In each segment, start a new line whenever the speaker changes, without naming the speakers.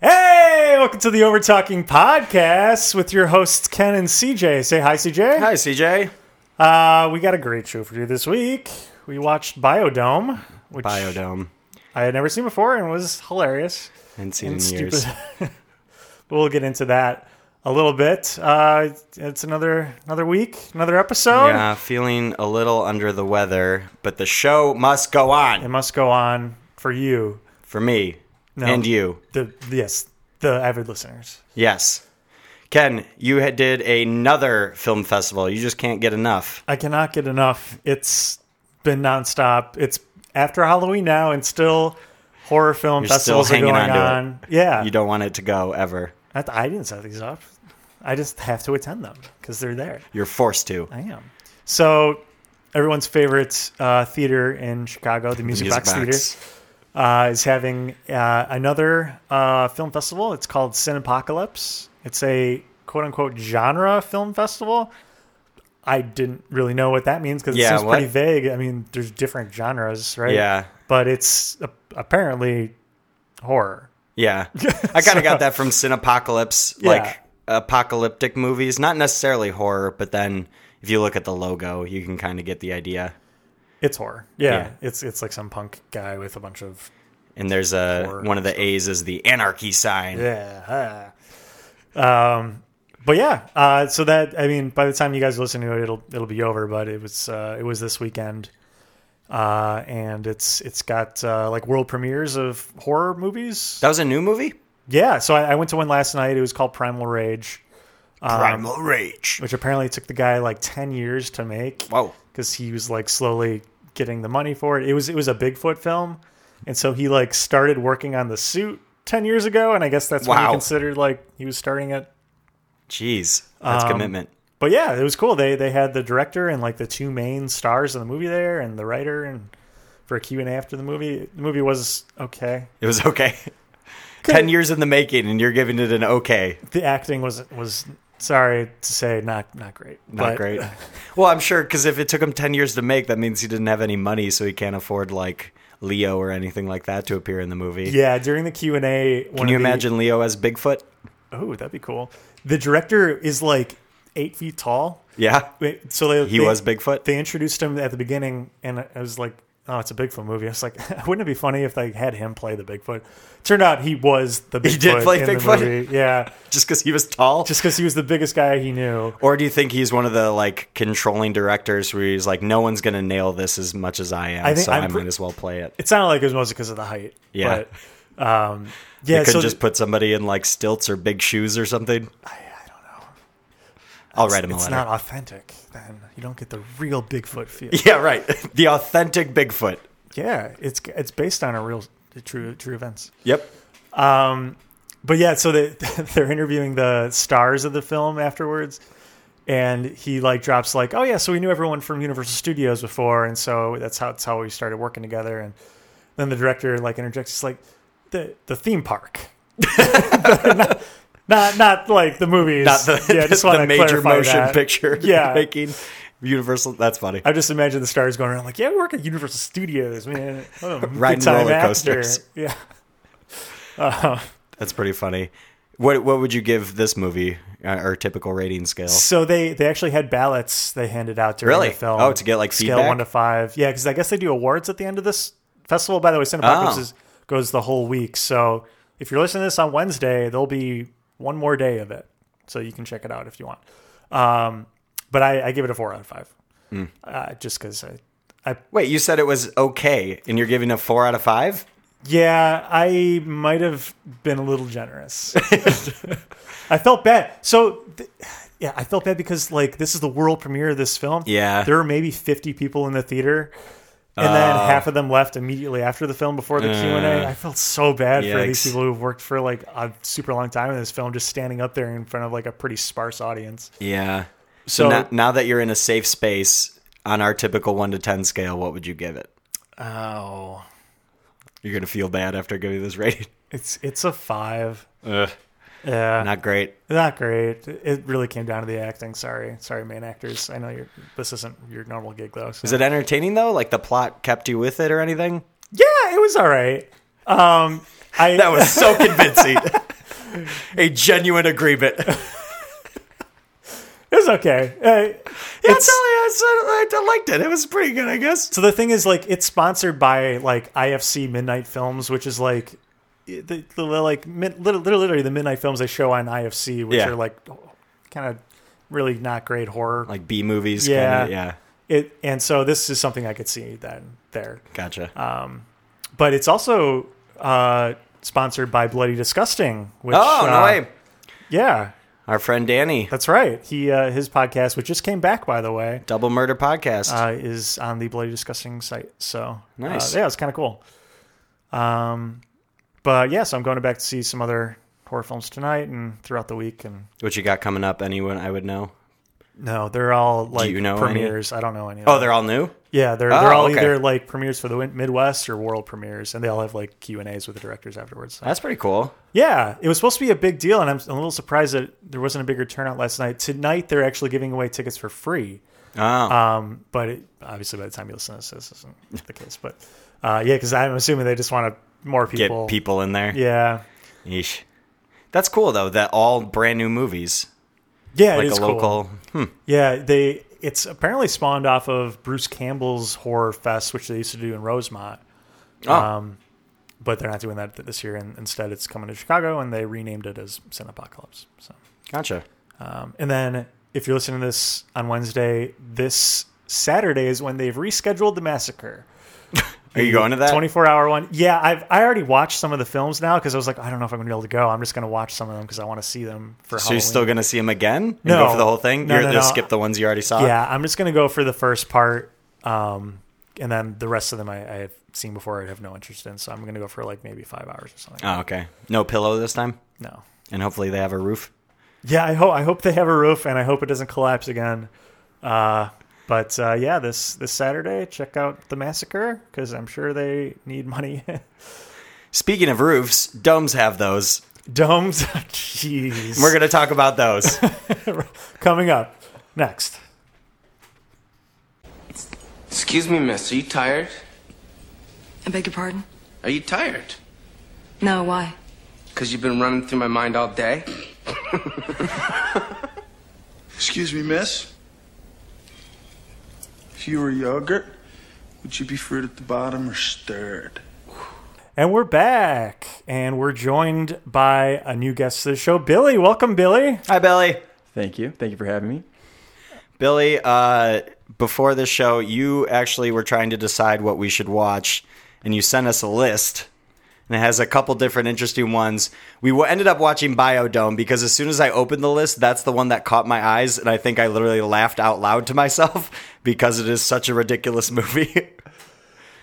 Hey, welcome to the Over Talking Podcast with your hosts Ken and CJ. Say hi, CJ.
Hi, CJ.
Uh, we got a great show for you this week. We watched Biodome, which
Biodome.
I had never seen before and was hilarious
Haven't seen
and
in
stupid.
years.
we'll get into that a little bit. Uh, it's another another week, another episode.
Yeah, feeling a little under the weather, but the show must go on
It must go on for you,
for me and you.
the yes, the avid listeners.
Yes. Ken, you had- did another film festival. You just can't get enough.
I cannot get enough. It's been nonstop. It's after Halloween now, and still horror film
You're still
festivals are
hanging
going
on to it.
on. Yeah,
You don't want it to go ever.
Not that I didn't set these up. I just have to attend them because they're there.
You're forced to.
I am. So everyone's favorite uh, theater in Chicago, the Music,
Music
Box,
box.
Theater, uh, is having uh, another uh, film festival. It's called Cinepocalypse. It's a quote unquote genre film festival. I didn't really know what that means because it
Yeah,
seems
what?
pretty vague. I mean, there's different gengenres, right?
Yeah.
But it's a- apparently horror.
Yeah. I kind of got that from Cinepocalypse,
Yeah.
like apocalyptic movies. Not necessarily horror, but then if you look at the logo, you can kind of get the idea.
It's horror. Yeah,
Yeah.
It's it's like some punk guy with a bunch of
And there's a
Horror
one of the A's is the anarchy sign.
Yeah. ah. Um, but yeah, uh, so that I mean, by the time you guys listen to it, it'll it'll be over. But it was uh, it was this weekend, uh, and it's it's got uh, like world premieres of horror movies.
That was a new movie?
yeah, so I, I went to one last night. It was called Primal Rage, Um,
Primal Rage.
which apparently took the guy like ten years to make
Whoa.
because he was like slowly getting the money for it. It was it was a Bigfoot film, and so he like started working on the suit ten years ago, and I guess that's when he
Wow.
considered like he was starting it.
Jeez.
Um,
That's commitment.
But yeah, it was cool. They they had the director and like the two main stars of the movie there, and the writer, and for a Q and A after the movie. The movie was okay.
It was okay. 10 years in the making and you're giving it an okay.
The acting was was sorry to say not not great.
Not
But
great. Well, I'm sure because if it took him 10 years to make, that means he didn't have any money, so he can't afford like Leo or anything like that to appear in the movie.
Yeah, during the Q and A,
Can you imagine Leo as Bigfoot?
Oh, that'd be cool. The director is like eight feet tall.
Yeah.
Wait, So they,
He
they-
was Bigfoot?
They introduced him at the beginning, and I was like, "Oh, it's a Bigfoot movie." I was like, "Wouldn't it be funny if they had him play the Bigfoot?" Turned out he was the Bigfoot.
He did play
in the
Bigfoot?
movie. Yeah,
Just because he was tall?
just because he was the biggest guy he knew.
or do you think he's one of the like controlling directors where he's like, no one's going to nail this as much as I am,
I think
so
I'm
I
pre-
might as well play it?
It sounded like it was mostly because of the height.
Yeah.
But, um, yeah.
Could
so
just put somebody in like stilts or big shoes or something. I, I don't know. I'll write him a
it's
letter.
not authentic. Then you don't get the real Bigfoot feel.
yeah, right. The authentic Bigfoot.
yeah, it's it's based on a real true true events.
Yep.
but yeah, so they they're interviewing the stars of the film afterwards, and he like drops like, oh yeah, so we knew everyone from Universal Studios before, and so that's how that's how we started working together. And then the director like interjects, he's like, the the theme park, not, not not like the movies,
Not the,
yeah, I just want
the
to
major
clarify
motion
that.
picture
Yeah.
making. Universal. That's funny.
I just imagine the stars going around like, yeah, we work at Universal Studios, man, Oh, good
Riding
time
roller
actor."
coasters.
yeah.
That's pretty funny. What What would you give this movie? uh, Our typical rating scale.
So they they actually had ballots they handed out during
Really?
the film.
Oh, to get, like,
scale
feedback?
one to five. Yeah, because I guess they do awards at the end of this festival. By the way, Cinepocalypse
Oh.
is, goes the whole week. So if you're listening to this on Wednesday, there'll be one more day of it, so you can check it out if you want. Um, but I, I give it a four out of five,
Hmm.
uh, just because I, I
Wait, you said it was okay, and you're giving a four out of five?
Yeah, I might have been a little generous. I felt bad. So, th- yeah, I felt bad because like this is the world premiere of this film.
Yeah. Oh.
there were maybe fifty people in the theater, and then half of them left immediately after the film before the Q and A. I felt so bad for these
Uh, Yikes.
people who've worked for like a super long time in this film, just standing up there in front of like a pretty sparse audience. So-
Yeah. So now, now that you're in a safe space on our typical one to ten scale, what would you give it?
Oh,
You're gonna feel bad after giving this rating.
it's it's a five. Yeah, not,
Not great.
great. It really came down to the acting. Sorry, sorry, main actors. I know you're. This isn't your normal gig though. so-
Was it entertaining though? Like the plot kept you with it or anything?
Yeah, it was all right. Um, I
That was so convincing. A genuine agreement.
it was okay. Uh,
It's, I, I liked it. It was pretty good, I guess.
So the thing is, like, it's sponsored by like IFC Midnight Films, which is like the, the, the like mid, lit- literally the midnight films they show on IFC, which
Yeah.
are like kind of really not great horror.
Like B movies.
Yeah.
Kinda, yeah.
It and so this is something I could see that there,
Gotcha.
but it's also uh, sponsored by Bloody Disgusting. Which,
oh, no
uh,
way.
Yeah,
Our friend Danny,
that's right. He uh, his podcast, which just came back by the way,
Double Murder Podcast.
uh, is on the Bloody Disgusting site. So
Nice.
uh, yeah, it's kind of cool. Um, but yeah, so I'm going back to see some other horror films tonight and throughout the week. And
what you got coming up? Anyone I would know?
no, they're all like
you know any?
premieres. I don't know any.
Oh, they're all new?
yeah, they're
Oh,
they're all
okay.
either like premieres for the win- Midwest or world premieres, and they all have like Q and As with the directors afterwards. So-
That's pretty cool.
Yeah, it was supposed to be a big deal, and I'm a little surprised that there wasn't a bigger turnout last night. Tonight, they're actually giving away tickets for free.
Oh,
Um, but it, obviously, by the time you listen to this, this isn't the case. But uh, yeah, because I'm assuming they just want to more
get
people.
people in there.
Yeah,
Yeesh. That's cool though. That all brand new movies,
yeah,
like
it
a
is cool.
local. Hmm.
Yeah, they. It's apparently spawned off of Bruce Campbell's Horror Fest, which they used to do in Rosemont.
Oh,
Um, but they're not doing that th- this year, and instead it's coming to Chicago, and they renamed it as Cinepocalypse. So,
gotcha.
um, and then if you're listening to this on Wednesday, this Saturday is when they've rescheduled the massacre.
Are you going to that?
24 hour one. Yeah, I've I already watched some of the films now because I was like, I don't know if I'm going to be able to go. I'm just going to watch some of them because I want to see them for
so
Halloween.
you're still gonna see them again? And
No.
go for the whole thing.
No,
you're
no,
gonna
no.
skip the ones you already saw.
yeah, I'm just going to go for the first part, um, and then the rest of them I, I have seen before. I have no interest in, so I'm going to go for like maybe five hours or something.
Oh, okay. No pillow this time,
no.
and hopefully they have a roof.
Yeah, I hope I hope they have a roof and I hope it doesn't collapse again. Uh, but uh, yeah, this this Saturday, check out the massacre because I'm sure they need money.
Speaking of roofs, domes have those.
Domes, jeez.
We're gonna talk about those.
coming up next.
Excuse me, miss. Are you tired?
I beg your pardon?
Are you tired?
No, why?
Because you've been running through my mind all day?
Excuse me, miss. If you were yogurt, would you be fruit at the bottom or stirred?
And we're back, and we're joined by a new guest to the show, Billy. Welcome, Billy.
Hi, Billy.
Thank you. Thank you for having me.
Billy, uh, before the show, you actually were trying to decide what we should watch, and you sent us a list. And it has a couple different interesting ones. We w- ended up watching Biodome because as soon as I opened the list, that's the one that caught my eyes. And I think I literally laughed out loud to myself because it is such a ridiculous movie. Uh,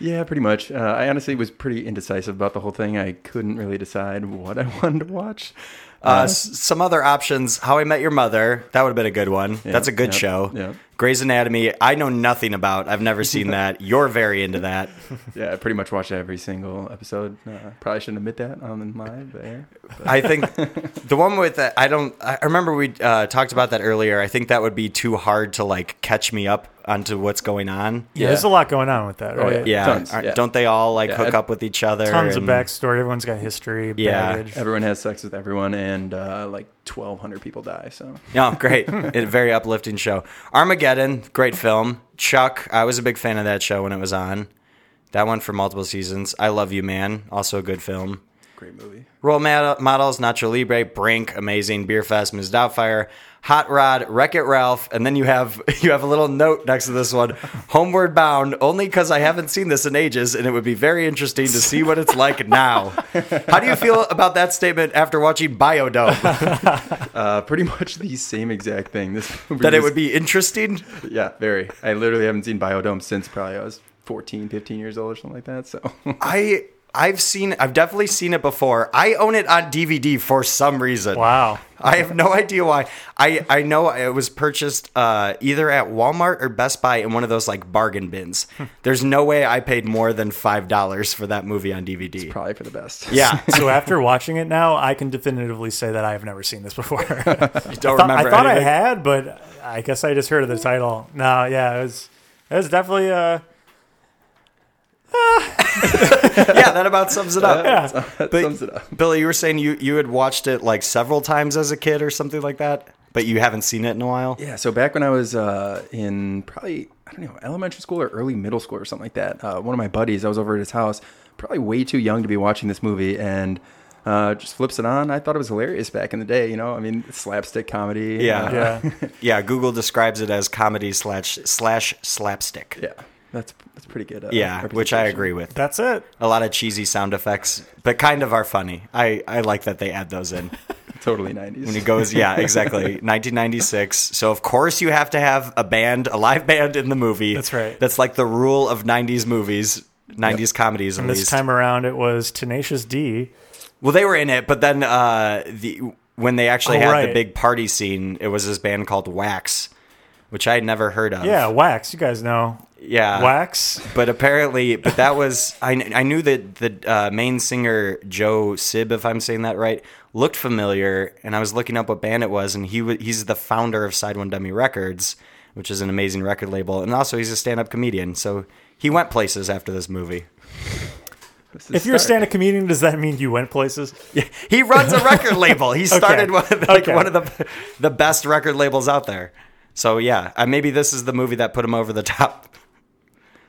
Yeah, pretty much. Uh, I honestly was pretty indecisive about the whole thing. I couldn't really decide what I wanted to watch. Uh-huh.
Uh, s- some other options How I Met Your Mother. That would have been a good one. That's a good
yeah,
show.
yeah.
Grey's Anatomy. I know nothing about. I've never seen that. You're very into that.
Yeah, I pretty much watched every single episode. Uh, probably shouldn't admit that on live there.
I think the one with that I don't. I remember we uh, talked about that earlier. I think that would be too hard to like catch me up onto what's going on.
Yeah, there's a lot going on with that, right?
yeah.
Yeah,
Tons,
aren't-
yeah.
don't they all like
Yeah,
hook
ev-
up with each other?
Tons of
and-
backstory. Everyone's got history,
Yeah.
baggage.
Everyone has sex with everyone, and uh, like 1,200 people die. So
No, great, it, very uplifting show. Armageddon, great film. Chuck, I was a big fan of that show when it was on. That one for multiple seasons. I Love You, Man, also a good film.
great movie.
Role mod- models, Nacho Libre, Brink, Amazing, Beer Fest, Ms. Doubtfire, Hot Rod, Wreck It Ralph, and then you have you have a little note next to this one, Homeward Bound, only because I haven't seen this in ages, and it would be very interesting to see what it's like now. How do you feel about that statement after watching Biodome?
Uh, pretty much the same exact thing. This movie
that it
was-
would be interesting?
Yeah, very. I literally haven't seen Biodome since probably I was 14, 15 years old or something like that. So
I I've seen, I've definitely seen it before. I own it on DVD for some reason.
Wow.
I have no idea why. I, I know it was purchased uh, either at Walmart or Best Buy in one of those like bargain bins.
Hmm.
There's no way I paid more than five dollars for that movie on DVD.
Probably for the best.
yeah,
So after watching it now, I can definitively say that I have never seen this before.
you don't
thought-
remember.
I thought
anything.
I had, but I guess I just heard of the title. No, yeah, it was it was definitely uh
Yeah, that about sums it up. But-
that sums it up.
Billy, you were saying you you had watched it like several times as a kid or something like that, but you haven't seen it in a while.
Yeah, so back when I was uh, in probably I don't know elementary school or early middle school or something like that, uh, one of my buddies I was over at his house, probably way too young to be watching this movie, and uh, just flips it on. I thought it was hilarious back in the day, you know. I mean, slapstick comedy.
Yeah.
uh,
yeah.
Yeah, Google describes it as comedy slash slash slapstick.
yeah, that's that's pretty good. Uh,
Yeah, which I
representation.
agree with.
That's it.
A lot of cheesy sound effects, but kind of are funny. I, I like that they add those in.
Totally nineties.
When it goes, yeah, exactly. 1996. So, of course, you have to have a band, a live band in the movie.
That's right.
That's like the rule of 90s movies, 90s comedies, at
And this
least.
time around it was Tenacious D.
Well, they were in it, but then uh, the when they actually
Oh,
had the
right.
big party scene, it was this band called Wax, which I had never heard of.
Yeah, Wax, you guys know.
yeah,
Wax.
But apparently, but that was I. kn- I knew that the uh, main singer Joe Sib, if I'm saying that right, looked familiar, and I was looking up what band it was, and he wa he's the founder of Side One Dummy Records, which is an amazing record label, and also he's a stand up comedian, so he went places after this movie.
If you're a stand-up comedian, does that mean you went places?
He runs a record label. He started one of the, like
Okay.
one of the the best record labels out there. So yeah, uh, maybe this is the movie that put him over the top.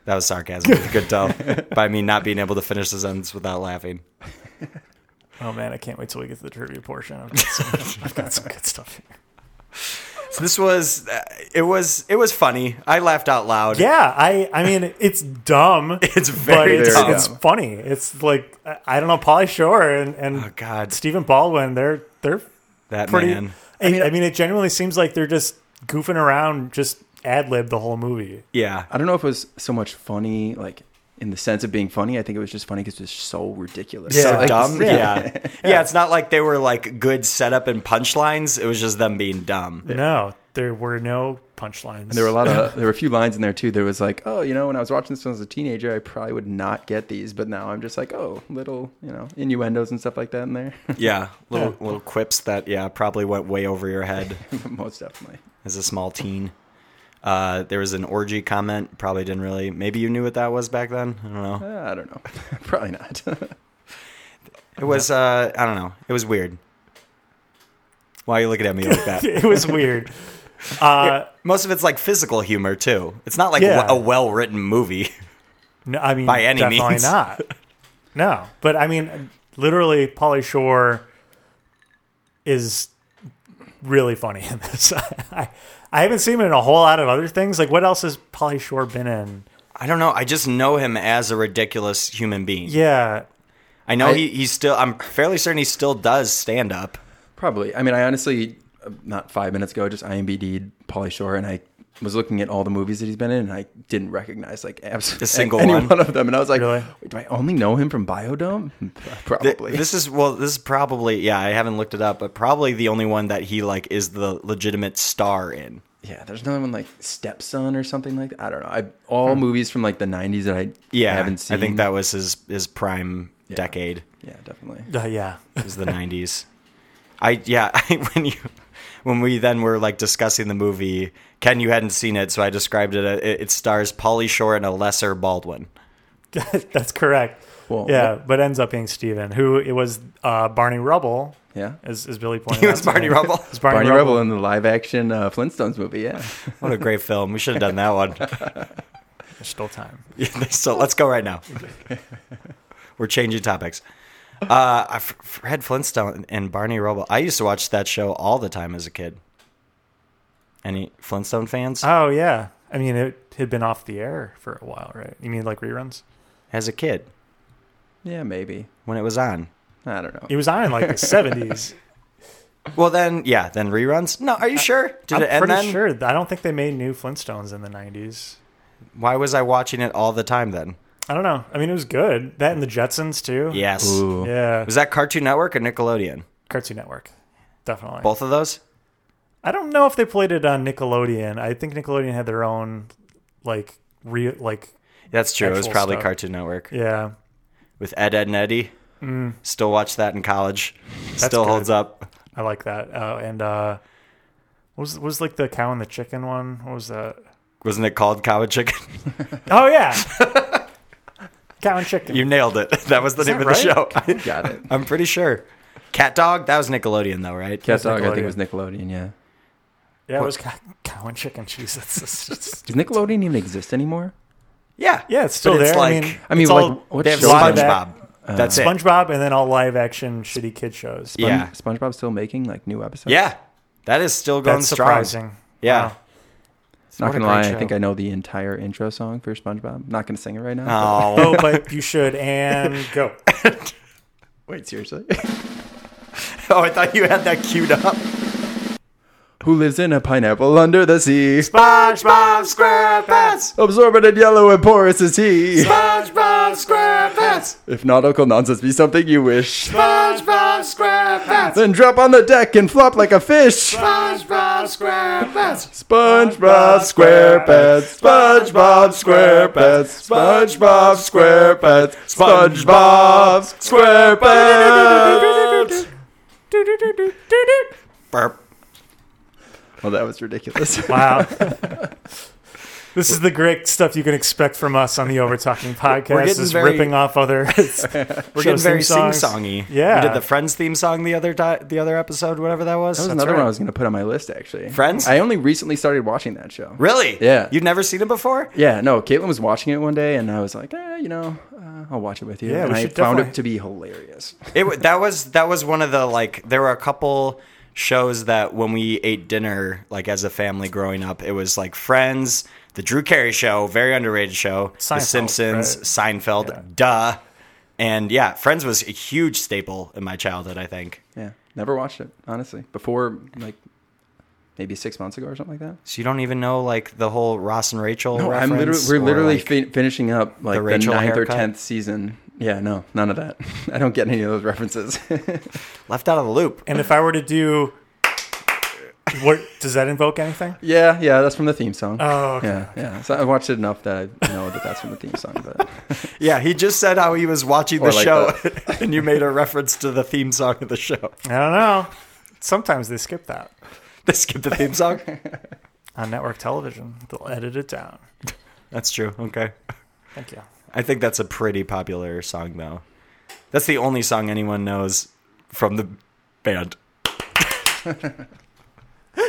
That was sarcasm. You could tell by me not being able to finish the sentence without laughing.
Oh man, I can't wait till we get to the trivia portion. I've got some, I've got some good stuff here.
So this was uh, it was it was funny. I laughed out loud.
Yeah, I I mean it's dumb.
It's very
but it's,
dumb.
it's funny. It's like I- I don't know, Polly Shore and and
Oh, God.
Stephen Baldwin. They're they're
that
pretty.
man.
I, I mean, it genuinely seems like they're just goofing around, just ad lib the whole movie.
Yeah,
I don't know if it was so much funny, like in the sense of being funny. I think it was just funny because it was so ridiculous.
so
Like,
dumb. Yeah. yeah, It's not like they were like good setup and punchlines. It was just them being dumb.
No, there were no punchlines.
There were a lot of there were a few lines in there too. There was like, oh, you know, when I was watching this when I was a teenager, I probably would not get these, but now I'm just like, oh, little, you know, innuendos and stuff like that in there.
Yeah, little little quips that yeah probably went way over your head.
Most definitely.
as a small teen. Uh, there was an orgy comment. Probably didn't really. Maybe you knew what that was back then. I don't know.
Uh, I don't know. probably not.
It was. Uh, I don't know. It was weird. Why are you looking at me like that?
it was weird. Uh,
Most of it's like physical humor too. It's not like
Yeah.
a well written movie.
no, I mean,
By any
definitely
means.
not. No, but I mean, literally, Polly Shore is really funny in this. I, I haven't seen him in a whole lot of other things. Like, what else has Polly Shore been in?
I don't know. I just know him as a ridiculous human being.
Yeah,
I know
I-
he, he still. I'm fairly certain he still does stand up.
probably. I mean, I honestly, uh, not five minutes ago, just IMBD'd Polly Shore, and I was looking at all the movies that he's been in, and I didn't recognize like absolutely
A single
any
one.
one. of them. And I was like,
Really?
Wait, do I only know him from Biodome?
Th-
Probably.
This is well. This is probably yeah. I haven't looked it up, but probably the only one that he like is the legitimate star in.
Yeah, there's another one like Stepson or something like that. I don't know. I all movies from like the '90s that I
Yeah,
haven't seen.
I think that was his his prime decade
yeah, definitely.
Uh, yeah.
was the '90s. I yeah, I, when you when we then were like discussing the movie, Ken, you hadn't seen it, so I described it. uh, It, it stars Polly Shore and a lesser Baldwin.
That's correct.
Well,
yeah, but ends up being Steven, who it was uh, Barney Rubble,
Yeah,
as, as Billy pointed
He
out.
was
to me.
Barney Rubble.
It's Barney,
Barney
Rubble.
Rebel in the live-action uh, Flintstones movie. Yeah,
What a great film! We should have done that one.
There's still time.
Yeah, so let's go right now. We're changing topics. Uh, I- Fred Flintstone and Barney Rubble. I used to watch that show all the time as a kid. Any Flintstone fans?
Oh yeah, I mean it had been off the air for a while, right? You mean like reruns?
As a kid,
yeah, maybe.
when it was on.
I don't know.
It was on in like the 70s.
Well, then, yeah, then reruns. No, are you sure? Did
Uh, I'm
it end
pretty
then?
sure. I don't think they made new Flintstones in the 90s.
Why was I watching it all the time then?
I don't know. I mean, it was good. That and the Jetsons too.
Yes.
Ooh.
Yeah.
Was that Cartoon Network or Nickelodeon?
Cartoon Network. Definitely.
Both of those?
I don't know if they played it on Nickelodeon. I think Nickelodeon had their own like real like
That's true. it was
Actual
probably
stuff.
Cartoon Network
yeah. Mm.
with Ed, Ed, and Eddie. Still watch that in college. Still
good.
holds up.
I like that. Uh, and uh what was what was like the cow and the chicken one? What was that?
Wasn't it called Cow and Chicken?
Oh yeah. cow and chicken.
you nailed it. That was the name
that
of the show.
Got it.
I'm pretty sure. Cat Dog? That was Nickelodeon, though, right?
Cat Dog, I think
Nickelodeon.
it was Nickelodeon. Yeah.
yeah, it was cow, cow and chicken. Jesus. It's just-
Does Nickelodeon even exist anymore?
Yeah.
yeah, it's still
But
there. I
like,
mean,
I mean,
it's
like,
all
what
they have
show Uh, is
live
that?
SpongeBob. That's it.
SpongeBob and then all live action shitty kid shows.
Spon-
Yeah.
SpongeBob's still making like new episodes.
Yeah. That is still going
That's
strong.
surprising.
Yeah.
Wow.
Not
What a
gonna
great
lie,
show.
I think I know the entire intro song for SpongeBob. Not gonna sing it right now.
Oh,
Oh, but you should and go.
Wait, seriously?
oh, I thought you had that queued up.
Who lives in a pineapple under the sea?
SpongeBob SquarePants.
Absorbent and yellow and porous is he.
SpongeBob SquarePants.
If nautical nonsense be something you wish,
SpongeBob SquarePants.
then drop on the deck and flop like a fish.
SpongeBob SquarePants.
SpongeBob SquarePants, SpongeBob SquarePants, SpongeBob SquarePants, SpongeBob SquarePants.
Burp.
Well, that was ridiculous.
Wow. this is the great stuff you can expect from us on the Over Talking
We're
podcast.
getting
Is
very-
ripping off other.
We're getting
Shows
very
theme
sing
songs.
songy.
Yeah.
We did the Friends theme song the other di- the other episode, whatever that was.
That was
That's
another
right.
one I was going to put on my list, actually.
Friends?
I only recently started watching that show.
Really?
Yeah.
You'd never seen it before?
Yeah, no, Caitlin was watching it one day, and I was like, eh, you know, uh, I'll watch it with you.
Yeah,
and
we
I
should
found
definitely-
it to be hilarious.
It wa- that was that was one of the like there were a couple shows that when we ate dinner like as a family growing up, it was like Friends, The Drew Carey Show, very underrated show, The
Seinfeld,
Simpsons,
right?
Seinfeld, duh, and yeah, Friends was a huge staple in my childhood. I think.
Yeah, never watched it, honestly, before like maybe six months ago or something like that.
So you don't even know like the whole Ross and Rachel.
No, I'm
reference
literally we're
or,
literally
like-
fin- finishing up like the,
Rachel
ninth or
haircut?
tenth season. Yeah, no, none of that. I don't get any of those references.
left out of the loop.
and if I were to do, what does that invoke anything?
yeah, yeah, that's from the theme song.
Oh, okay.
yeah, yeah. So I watched it enough that I know that that's from the theme song. But
Yeah, he just said how he was watching the
Or like
show, and you made a reference to the theme song of the show.
I don't know. Sometimes they skip that
They skipped the theme song.
on network television. They'll edit it down.
That's true. Okay,
Thank you.
I think that's a pretty popular song though. That's the only song anyone knows from the band.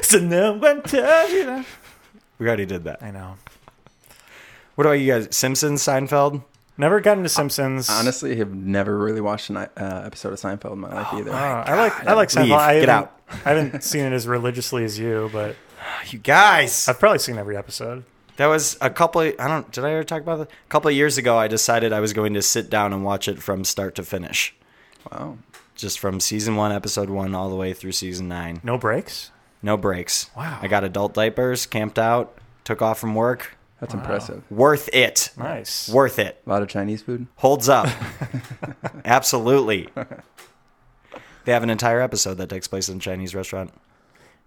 So no one tells you that.
We already did that.
I know.
What about you guys? Simpsons, Seinfeld.
Never got into Simpsons.
honestly, have never really watched an uh, episode of Seinfeld in my life either.
Uh, I like I like Seinfeld.
Leave.
I
Get
haven't-
out.
I haven't seen it as religiously as you, but
Ah, You guys,
I've probably seen every episode.
that was a couple. Of, I don't. Did I ever talk about that? A couple of years ago, I decided I was going to sit down and watch it from start to finish,
Wow.
just from season one, episode one, all the way through season nine.
No breaks.
No breaks.
Wow.
I got adult diapers, camped out, took off from work.
That's impressive.
Worth it.
Nice.
Worth it.
A lot of Chinese food.
Holds up. Absolutely. They have an entire episode that takes place in a Chinese restaurant.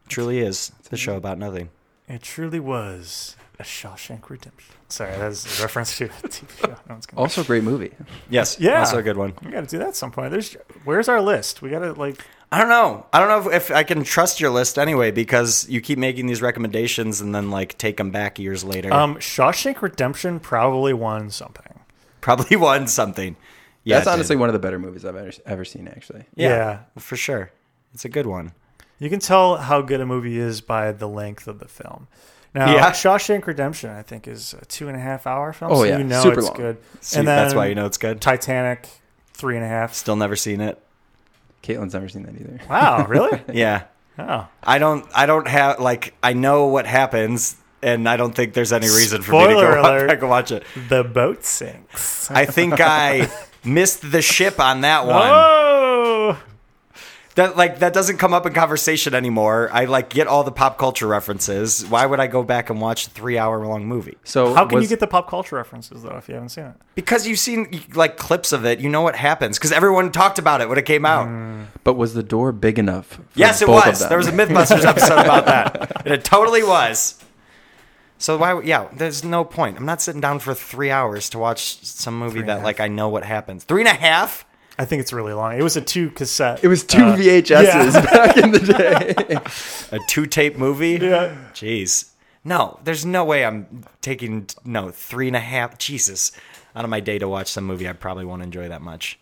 truly is the show about nothing.
It truly was a Shawshank Redemption. Sorry, that's a reference to a TV show. No one's gonna.
Also, a great movie.
Yes.
Yeah.
Also a good one.
we gotta do that at some point. There's where's our list? We gotta like.
I don't know. I don't know if, if I can trust your list anyway because you keep making these recommendations and then like take them back years later.
Um, Shawshank Redemption probably won something.
Probably won something. Yeah,
That's
it did.
honestly one of the better movies I've ever, ever seen, actually.
yeah.
Yeah.
For sure. It's a good one.
You can tell how good a movie is by the length of the film. Now,
Yeah.
Shawshank Redemption, I think, is a two and a half hour film.
Oh,
so
yeah.
you know
Super
it's
long.
good.
See, that's why you know it's good.
Titanic, three and a half.
Still never seen it.
Caitlin's never seen that either.
Wow, really?
Yeah.
Oh,
I don't I don't have like I know what happens and I don't think there's any reason for me to
Spoiler
go
alert.
back and watch it.
the boat sinks.
I think I missed the ship on that one.
Oh,
That like that doesn't come up in conversation anymore. I like get all the pop culture references. Why would I go back and watch a three hour long movie?
So
How can
was-
you get the pop culture references though if you haven't seen it?
Because you've seen like clips of it, you know what happens. Because everyone talked about it when it came out.
But was the door big enough? For
Yes, it
both of
was.
them?
There was a MythBusters episode about that, and it totally was. So why? Yeah, there's no point. I'm not sitting down for three hours to watch some movie that like I know what happens. Three and a half.
I think it's really long. It was a two cassette.
It was two
Uh,
VHSs
yeah.
back in the day.
a two tape movie.
Yeah.
Jeez. No, there's no way I'm taking no three and a half Jesus out of my day to watch some movie I probably won't enjoy that much.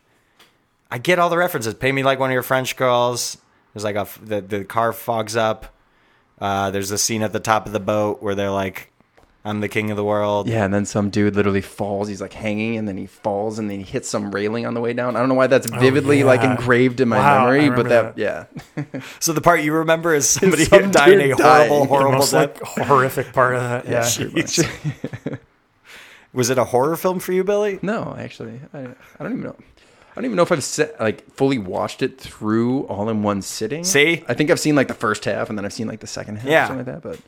I get all the references. Pay me like one of your French girls. There's like a f- the the car fogs up. Uh, there's a scene at the top of the boat where they're like, "I'm the king of the world."
yeah, and then some dude literally falls. He's like hanging, and then he falls, and then he hits some railing on the way down. I don't know why that's vividly like
Oh, yeah.
engraved in my
Wow, I
memory,
remember
but that,
that.
yeah,
So the part you remember is somebody
Some
dying a
dude
horrible,
dying.
The
horrible
most
death.
like horrific part of that. Yeah.
Jeez. Was it a horror film for you, Billy?
no, actually, I, I don't even know. I don't even know if I've se- like fully watched it through all in one sitting.
See?
I think I've seen like the first half, and then I've seen like the second half,
Yeah.
or something like that. But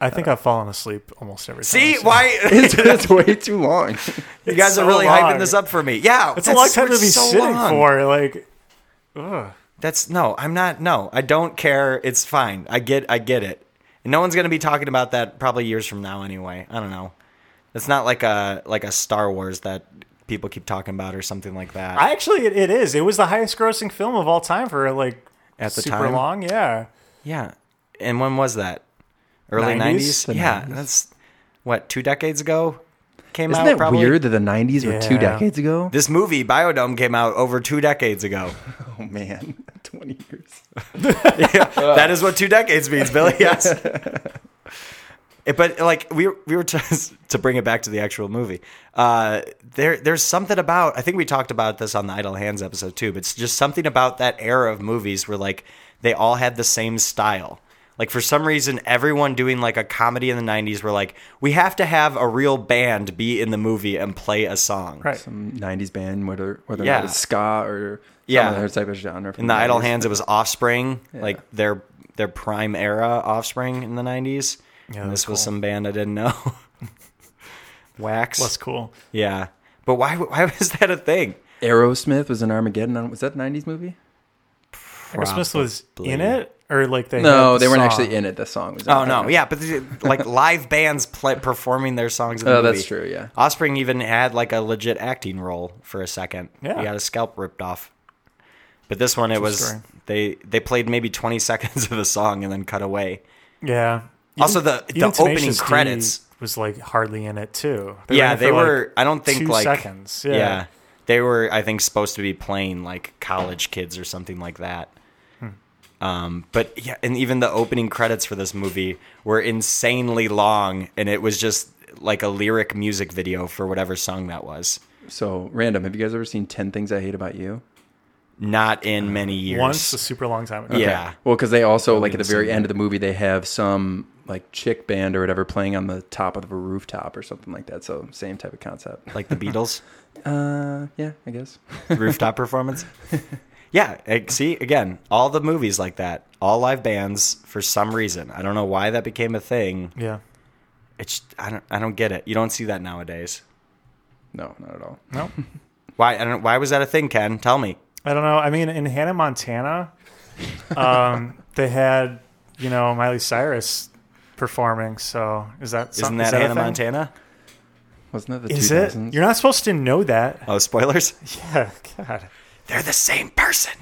I think I've fallen asleep almost every time.
uh, See
I've seen it.
why?
it's, it's way too long.
You guys
so
are really hyping
long.
this up for me. Yeah,
It's a long time to
it's
be
so
sitting
long.
for. Like,
That's no, I'm not. No, I don't care. It's fine. I get. I get it. And no one's gonna be talking about that probably years from now anyway. I don't know. It's not like a like a Star Wars that people keep talking about or something like that.
I actually, it, it is. It was the highest grossing film of all time for like
At the
super
time?
long. Yeah.
yeah. And when was that? Early
90s?
90s.
The
Yeah,
90s.
that's what two decades ago came
Isn't
out.
that
probably.
weird that the '90s were two
Yeah.
decades ago?
This movie Biodome came out over two decades ago.
Oh man, twenty years.
that is what two decades means, Billy. Yes. It- But like we we were just to bring it back to the actual movie. Uh, there there's something about I think we talked about this on the Idle Hands episode too. But it's just something about that era of movies where like they all had the same style. Like for some reason, everyone doing like a comedy in the '90s were like, we have to have a real band be in the movie and play a song.
Right.
some 90s band, whether whether
Yeah.
or not it's ska or
Yeah.
some other type of genre. From
In the Idle
90s.
Hands, it was Offspring, like their their prime era Offspring in the '90s.
Yeah,
and
that's
this was
cool.
some band I didn't know. Wax.
Less cool.
Yeah, but why why was that a thing?
Aerosmith was in Armageddon. I don't- Was that a 90s movie?
Christmas was
Probably.
in it, or like they had
No,
the
they weren't
song.
actually in it. The song was.
Oh no, yeah, but the- like live bands play, performing their songs. In the
Oh,
movie.
that's true, yeah.
Offspring even had like a legit acting role for a second.
Yeah.
he had a scalp ripped off. But this one, it was
story.
they they played maybe twenty seconds of the song and then cut away.
Yeah.
Also, the the
Even
opening
Tenacious D
credits.
was like hardly in it too.
yeah,
in it
they
for, like,
were. I don't think
two
like
seconds. Yeah.
they were. I think supposed to be playing like college kids or something like that.
Hmm.
Um, but yeah, and even the opening credits for this movie were insanely long, and it was just like a lyric music video for whatever song that was.
So random. Have you guys ever seen Ten Things I Hate About You?
Not in many years.
Uh, Once a super long time ago.
yeah,
Well, because they also like at the
didn't see
very end of the movie they have some like chick band or whatever playing on the top of a rooftop or something like that. So same type of concept.
like the Beatles
Uh, yeah, I guess.
rooftop performance. Yeah, eh, see again, all the movies like that, all live bands for some reason. I don't know why that became a thing.
Yeah.
It's I don't I don't get it. You don't see that nowadays.
No, not at all.
No.
Why I don't why was that a thing, Ken? Tell me.
I don't know. I mean, in Hannah Montana, um, they had you know Miley Cyrus performing. So is that
Isn't
some,
that,
is a
Hannah
thing?
Montana?
Wasn't that the
Is
2000s?
it? You're not supposed to know that.
Oh, spoilers.
Yeah, God.
They're the same person.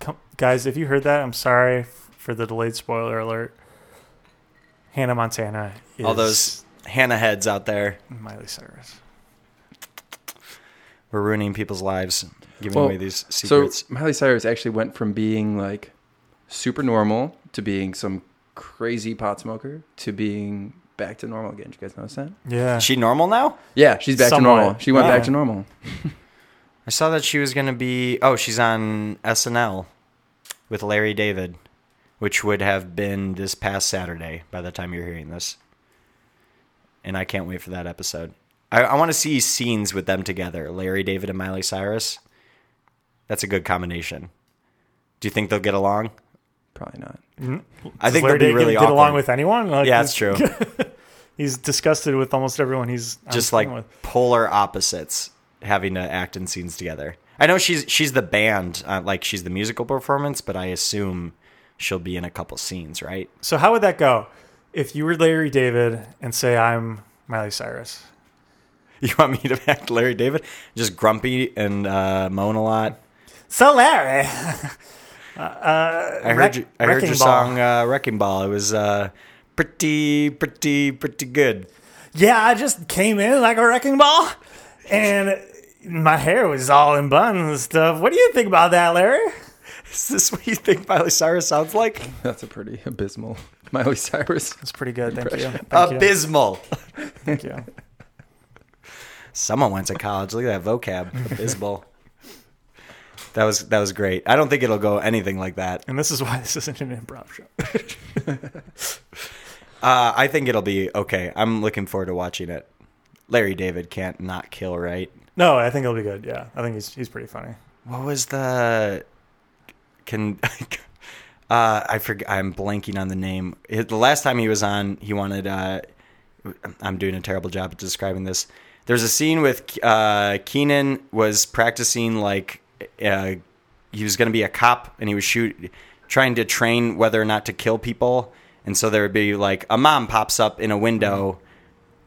Come, guys, if you heard that, I'm sorry f- for the delayed spoiler alert. Hannah Montana is
All those Hannah heads out there.
Miley Cyrus.
We're ruining people's lives, giving
Well,
away these secrets.
So Miley Cyrus actually went from being like super normal to being some crazy pot smoker to being back to normal again. Did you guys notice that?
Yeah.
Is she normal now?
Yeah, she's back
Somewhat.
to normal. She went back
Yeah.
to normal.
I saw that she was gonna be oh, she's on SNL with Larry David, which would have been this past Saturday by the time you're hearing this. And I can't wait for that episode. I, I wanna see scenes with them together, Larry David and Miley Cyrus. That's a good combination. Do you think they'll get along?
Probably not.
I think
Larry
they'll be
David
really
get
awkward.
along with anyone. Like,
Yeah, that's
he's-
true.
He's disgusted with almost everyone he's on
Just
screen
like
with.
polar opposites having to act in scenes together. I know she's she's the band, uh, like she's the musical performance, but I assume she'll be in a couple scenes, right?
So how would that go if you were Larry David and say I'm Miley Cyrus?
You want me to act Larry David? Just grumpy and uh, moan a lot.
So Larry,
I
Uh, Wreck-
heard you, I heard
Wrecking
your
Ball.
song uh, "Wrecking Ball." It was uh, pretty, pretty, pretty good.
yeah, I just came in like a wrecking ball, and my hair was all in buns and stuff. What do you think about that, Larry?
Is this what you think Miley Cyrus sounds like?
That's a pretty abysmal Miley Cyrus.
It's pretty good. Thank you. Thank you.
Abysmal.
Thank you.
Someone went to college. Look at that vocab. Abysmal. that was that was great. I don't think it'll go anything like that.
And this is why this isn't an improv show.
Uh, I think it'll be okay. I'm looking forward to watching it. Larry David can't not kill, right?
No, I think it'll be good. Yeah, I think he's he's pretty funny.
What was the can uh I forget I'm blanking on the name. It- The last time he was on, he wanted uh I'm doing a terrible job at describing this. There's a scene with uh Keenan was practicing like uh he was going to be a cop and he was shoot trying to train whether or not to kill people. And so there would be like a mom pops up in a window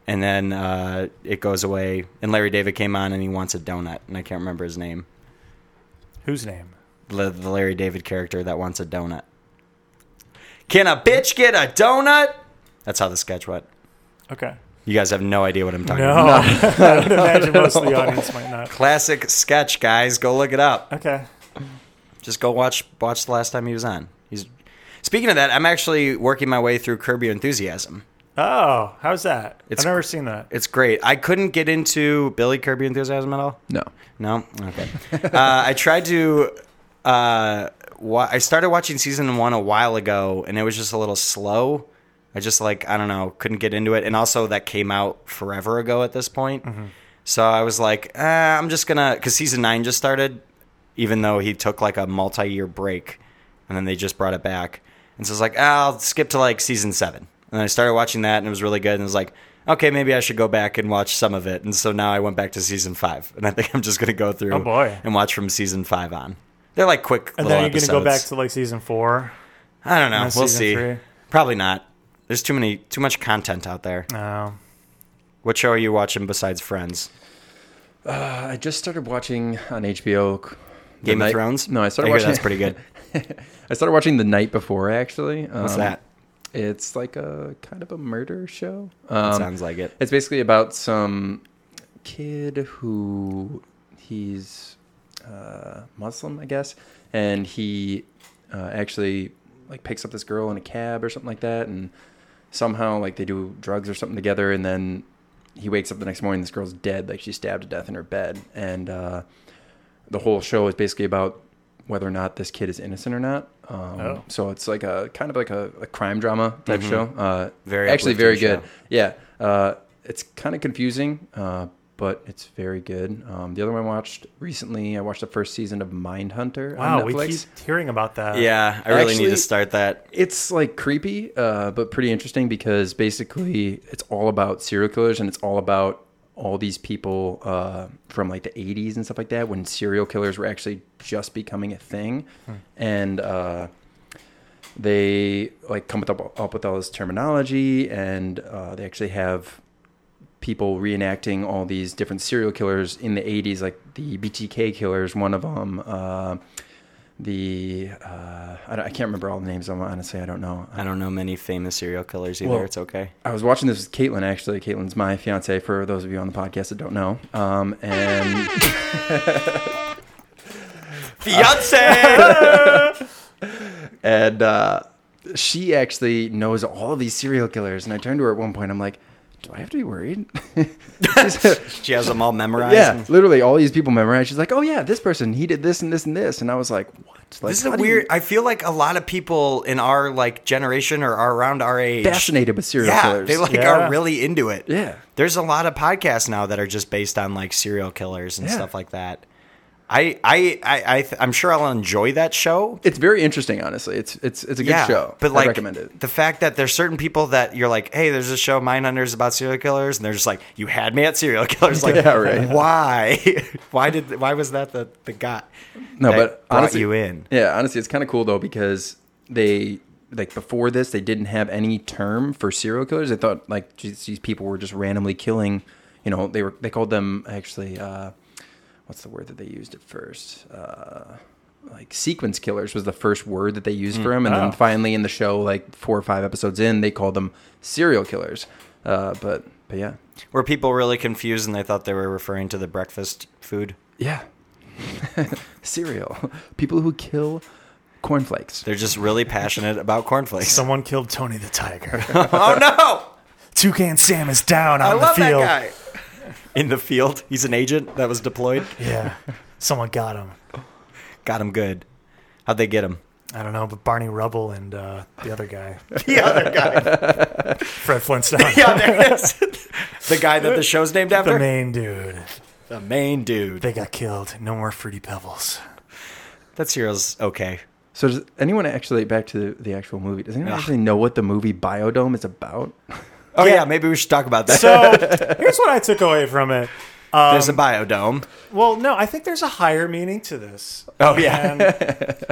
and then uh, it goes away. And Larry David came on and he wants a donut. And I can't remember his name
Whose name?
the, the Larry David character that wants a donut. Can a bitch get a donut? That's how the sketch went.
Okay.
You guys have no idea what I'm talking
No,
about.
I would imagine most of the audience might not.
Classic sketch, guys. Go look it up.
Okay.
Just go watch watch the last time he was on. He's speaking of that. I'm actually working my way through Curb Your Enthusiasm.
Oh, how's that?
It's-
I've never seen that.
It's great. I couldn't get into Billy Curb Your Enthusiasm at all.
No.
No, okay. uh, I tried to. Uh, wa- I started watching season one a while ago, and it was just a little slow. I just like I don't know, couldn't get into it, and also that came out forever ago at this point. So I was like, eh, I'm just gonna because season nine just started, even though he took like a multi-year break, and then they just brought it back, and so I was like, ah, I'll skip to like season seven, and I started watching that, and it was really good, and I was like, okay, maybe I should go back and watch some of it, and so now I went back to season five, and I think I'm just gonna go through,
Oh, boy.
and watch from season five on. They're like quick
And
little
then you're going to go back
episodes.
to like season four.
I don't know.
then
We'll
season
see.
three.
Probably not. There's too many, too much content out there.
No.
What show are you watching besides Friends?
Uh, I just started watching on HBO. c- the
Game of
night-
Thrones?
No, I started
hear
watching.
That's pretty good.
I started watching the night before actually. Um,
What's that?
It's like a kind of a murder show.
That
Um,
sounds like it.
It's basically about some kid who he's uh, Muslim, I guess, and he uh, actually like picks up this girl in a cab or something like that, and somehow like they do drugs or something together, and then he wakes up the next morning. This girl's dead, like she's stabbed to death in her bed, and uh, the whole show is basically about whether or not this kid is innocent or not. Um,
Oh.
So it's like a kind of like a, a crime drama type show. Uh,
Mm-hmm. Very
actually very
uplifting
good.
show.
Yeah, uh, it's kind of confusing, uh, but it's very good. Um, the other one I watched recently, I watched the first season of Mindhunter
Wow,
on
we
Netflix.
keep hearing about that.
Yeah, I really need to
uh, actually-
start that.
It's like creepy, uh, but pretty interesting because basically it's all about serial killers and it's all about all these people uh, from like the 80s and stuff like that when serial killers were actually just becoming a thing.
Hmm.
And uh, they like come up, up with all this terminology and uh, they actually have people reenacting all these different serial killers in the 80s like the btk killers one of them uh, the uh, I, don't- I can't remember all the names honestly i don't know
I don't know many famous serial killers either.
Well-
it's okay.
I was watching this with Caitlin actually. Caitlin's my fiance for those of you on the podcast that don't know. Um, and
Fiance.
and uh, she actually knows all of these serial killers. And I turned to her at one point. I'm like, "Do I have to be worried?"
she has them all memorized.
yeah,
and-
literally all these people memorized. She's like, "Oh yeah, this person he did this and this and this." And I was like, "What?" Like,
This is a
how do you-
weird. I feel like a lot of people in our like generation or are around our age
fascinated with serial
yeah,
killers.
they like
Yeah.
are really into it.
Yeah.
there's a lot of podcasts now that are just based on like serial killers and
Yeah.
stuff like that. I I I, I th- I'm sure I'll enjoy that show.
It's very interesting, honestly. It's it's it's a good show.
But
I
like
recommend it.
the fact that there's certain people that you're like, hey, there's a show Mindhunters about serial killers, and they're just like, you had me at serial killers. Like,
Yeah, right.
why? why did? Why was that the the guy?
No,
that
but
brought
honestly,
you in.
Yeah, honestly, it's kind of cool though because they like before this they didn't have any term for serial killers. They thought like these these people were just randomly killing. You know, they were they called them actually. Uh, what's the word that they used at first? Uh, like sequence killers was the first word that they
Mm.
used for him, and
Oh.
then finally in the show, like four or five episodes in, they called them serial killers. Uh, but but yeah,
Were people really confused and they thought they were referring to the breakfast food?
yeah, serial people who kill cornflakes.
They're just really passionate about cornflakes.
Someone killed Tony the Tiger.
oh no!
Toucan Sam is down on
I
the
love that
field.
guy. In the field, he's an agent that was deployed.
Yeah, someone got him.
Got him good. How'd they get him?
I don't know, but Barney Rubble and uh, the other guy,
The other guy.
Fred Flintstone,
yeah, there it is. The guy that the show's named after.
the main dude.
The main dude.
They got killed. No more fruity pebbles.
That serial's okay.
So does anyone actually back to the, the actual movie? Does anyone
Ugh.
actually know what the movie Biodome is about?
Oh yeah, maybe we should talk about that.
So here's what I took away from it.
There's a biodome.
Well, no, I think there's a higher meaning to this.
Oh yeah.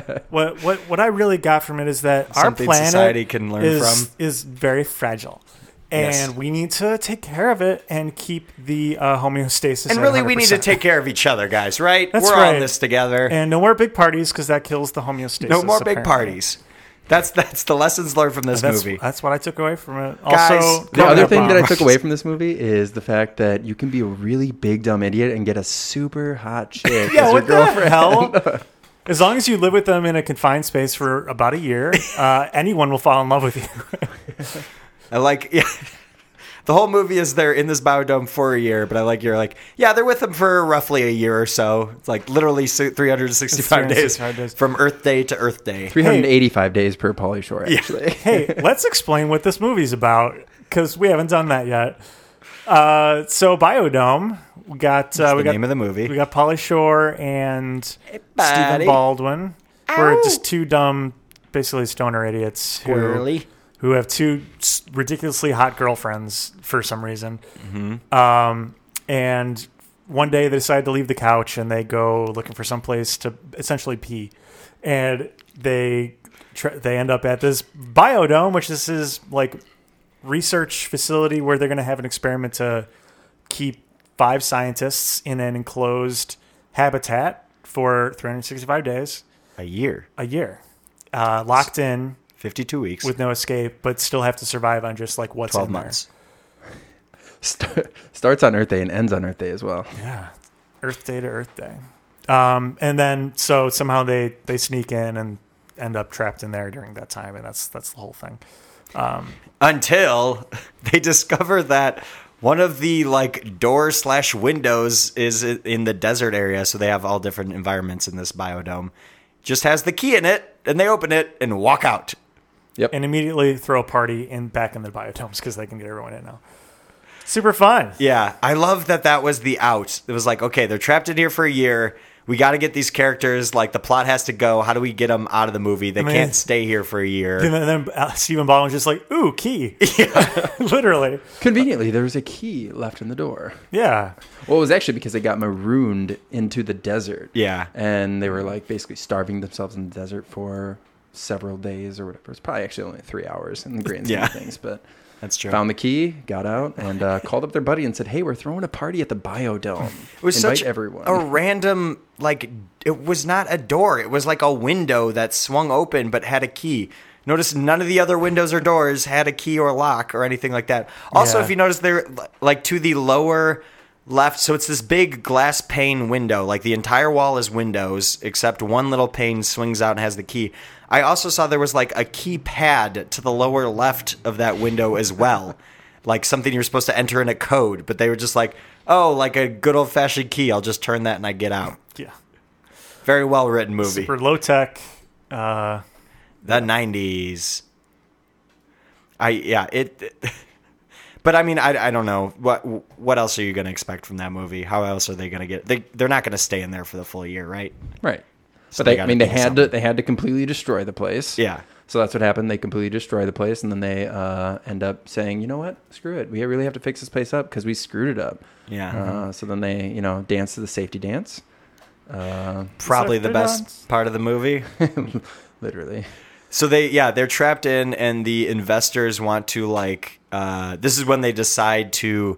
And what what what I really got from it is that
Something
our planet
society can learn
is,
from.
is very fragile, and
Yes.
we need to take care of it and keep the uh, homeostasis.
And
at
really, we need to
100%.
take care of each other, guys. Right?
That's
We're all
right.
in this together.
and no more big parties because that kills the homeostasis.
no more big
apparently. Oh,
parties. That's that's the lessons learned from this
That's,
movie.
that's what I took away from it.
Guys,
also,
The
Coconut
other thing that I
bomb.
took away from this movie is the fact that you can be a really big dumb idiot and get a super hot chick
yeah,
as your
what the
girlfriend.
hell? As long as you live with them in a confined space for about a year, uh, anyone will fall in love with you.
I like yeah. The whole movie is they're in this biodome for a year, but I like you're like, yeah, they're with them for roughly a year or so. It's like literally si- 365 days,
365 days.
from Earth Day to Earth Day.
385 days per Polly Shore, actually.
hey, let's explain what this movie's about because we haven't done that yet. Uh, so Biodome, we got uh, we
the
got
name of the movie.
We got Polly Shore and
buddy.
Stephen Baldwin. We're just two dumb, basically stoner idiots who
Squirrely.
who have two s- ridiculously hot girlfriends for some reason. Um, and one day they decide to leave the couch and they go looking for some place to essentially pee, and they tr- they end up at this biodome, which this is like research facility where they're going to have an experiment to keep five scientists in an enclosed habitat for 365 days
A year,
a year, uh, locked in
52 weeks,
with no escape, but still have to survive on just like what's
12
in
months.
St- starts on Earth Day and ends on Earth Day as well.
there. Yeah, Earth Day to Earth Day. Um, and then so somehow they they sneak in and end up trapped in there during that time, and that's that's the whole thing.
Until they discover that one of the like door slash windows is i- in the desert area, so they have all different environments in this biodome. Just has the key in it, and they open it and walk out.
And immediately throw a party in back in the biotomes because they can get everyone in now. Super fun.
Yeah, I love that that was the out. It was like, okay, they're trapped in here for a year. We got to get these characters. Like the plot has to go. How do we get them out of the movie? They
mean-
can't stay here for a
And
year.
then, then uh, Stephen Baldwin's just like, ooh, key. Literally.
Conveniently, there was a key left in the door.
Yeah.
Well, it was actually because they got marooned into the desert.
Yeah.
And they were like basically starving themselves in the desert for several days or whatever. It's probably actually only three hours in the grand scheme
Yeah.
of things, but
That's true.
found the key, got out, and uh, called up their buddy and said, "Hey, we're throwing a party at the biodome.
it was
Invite
such
everyone."
a random like. It was not a door. It was like a window that swung open but had a key. Notice none of the other windows or doors had a key or lock or anything like that. Also,
Yeah.
if you notice, they're like to the lower left. So it's this big glass pane window. Like the entire wall is windows, except one little pane swings out and has the key. I also saw there was like a keypad to the lower left of that window as well. like something you're supposed to enter in a code, but they were just like, oh, like a good old fashioned key. I'll just turn that and I get out.
Yeah.
Very well written movie.
Super low tech. Uh,
The nineties. I yeah it. But I mean, I, I don't know what what else are you going to expect from that movie? How else are they going to get? They they're not going to stay in there for the full year, right?
Right. but
they
they, I
gotta
mean, they
do
had
something.
to they had to completely destroy the place.
Yeah.
So that's what happened. They completely destroy the place, and then they uh, end up saying, "You know what? Screw it. We really have to fix this place up because we screwed it up."
Yeah.
Uh, so then they, you know, dance to the safety dance,
Probably
Except
the
they're
best part of the movie.
literally.
So they, yeah, they're trapped in, and the investors want to like. Uh, this is when they decide to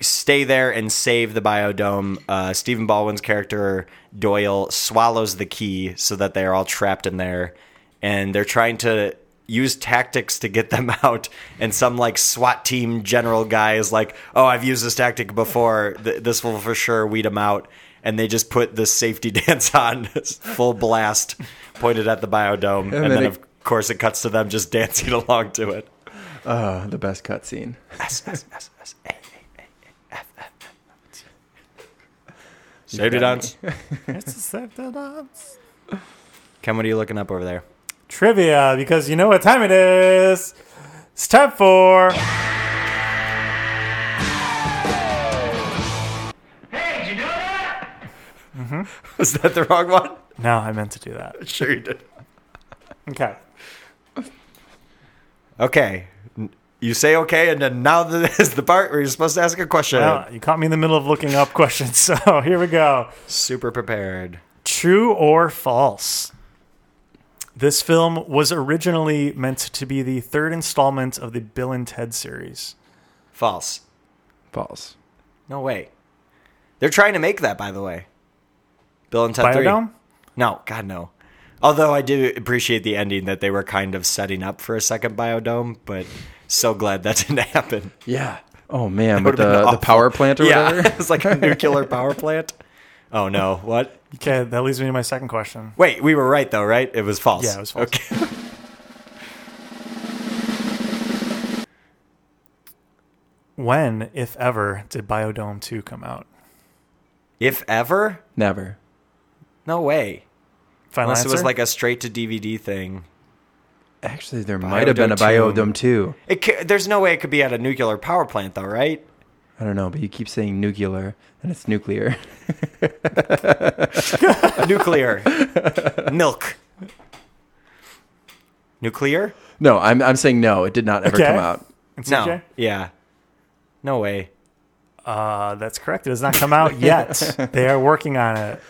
stay there and save the biodome. Uh, Stephen Baldwin's character Doyle swallows the key so that they are all trapped in there, and they're trying to use tactics to get them out. And some like SWAT team general guy is like, "Oh, I've used this tactic before. Th- this will for sure weed them out." And they just put the safety dance on full blast, pointed at the biodome, and,
then
then
it-
of course it cuts to them just dancing along to it.
Uh, the best cutscene.
Safety dance.
Decepticons.
Ken, what are you looking up over there?
Trivia, because you know what time it is. It's time for.
Was that the wrong one?
No, I meant to do that.
Sure you did.
Okay.
Okay. N- You say okay, and then now this is the part where you're supposed to ask a question.
Well, you caught me in the middle of looking up questions, so here we go.
Super prepared.
True or false? This film was originally meant to be the third installment of the Bill and Ted series.
False.
False.
No way. They're trying to make that, by the way. Bill and Ted 3.
Biodome?
No, God, no. Although I do appreciate the ending that they were kind of setting up for a second biodome, but so glad that didn't happen.
Yeah. Oh man, but
Would've been
the, the
awful.
power plant or
yeah,
whatever.
it's like a nuclear power plant. Oh no, what?
Okay, that leads me to my second question.
Wait, we were right though, right? It was false.
Yeah, it was false.
Okay.
When, if ever, did Biodome 2 come out?
If ever?
Never.
No way.
Final
Unless
answer?
it was like a straight to DVD thing.
Actually, there might have been a
Biodome two.
biodome too.
It ca there's no way it could be at a nuclear power plant though, right?
I don't know, but you keep saying nuclear, and it's nuclear.
Nuclear. Milk. Nuclear?
no, I'm I'm saying no. It did not ever
Okay.
come out.
And
No.
CJ?
Yeah. No way.
Uh, that's correct. It has not come out yet. they are working on it.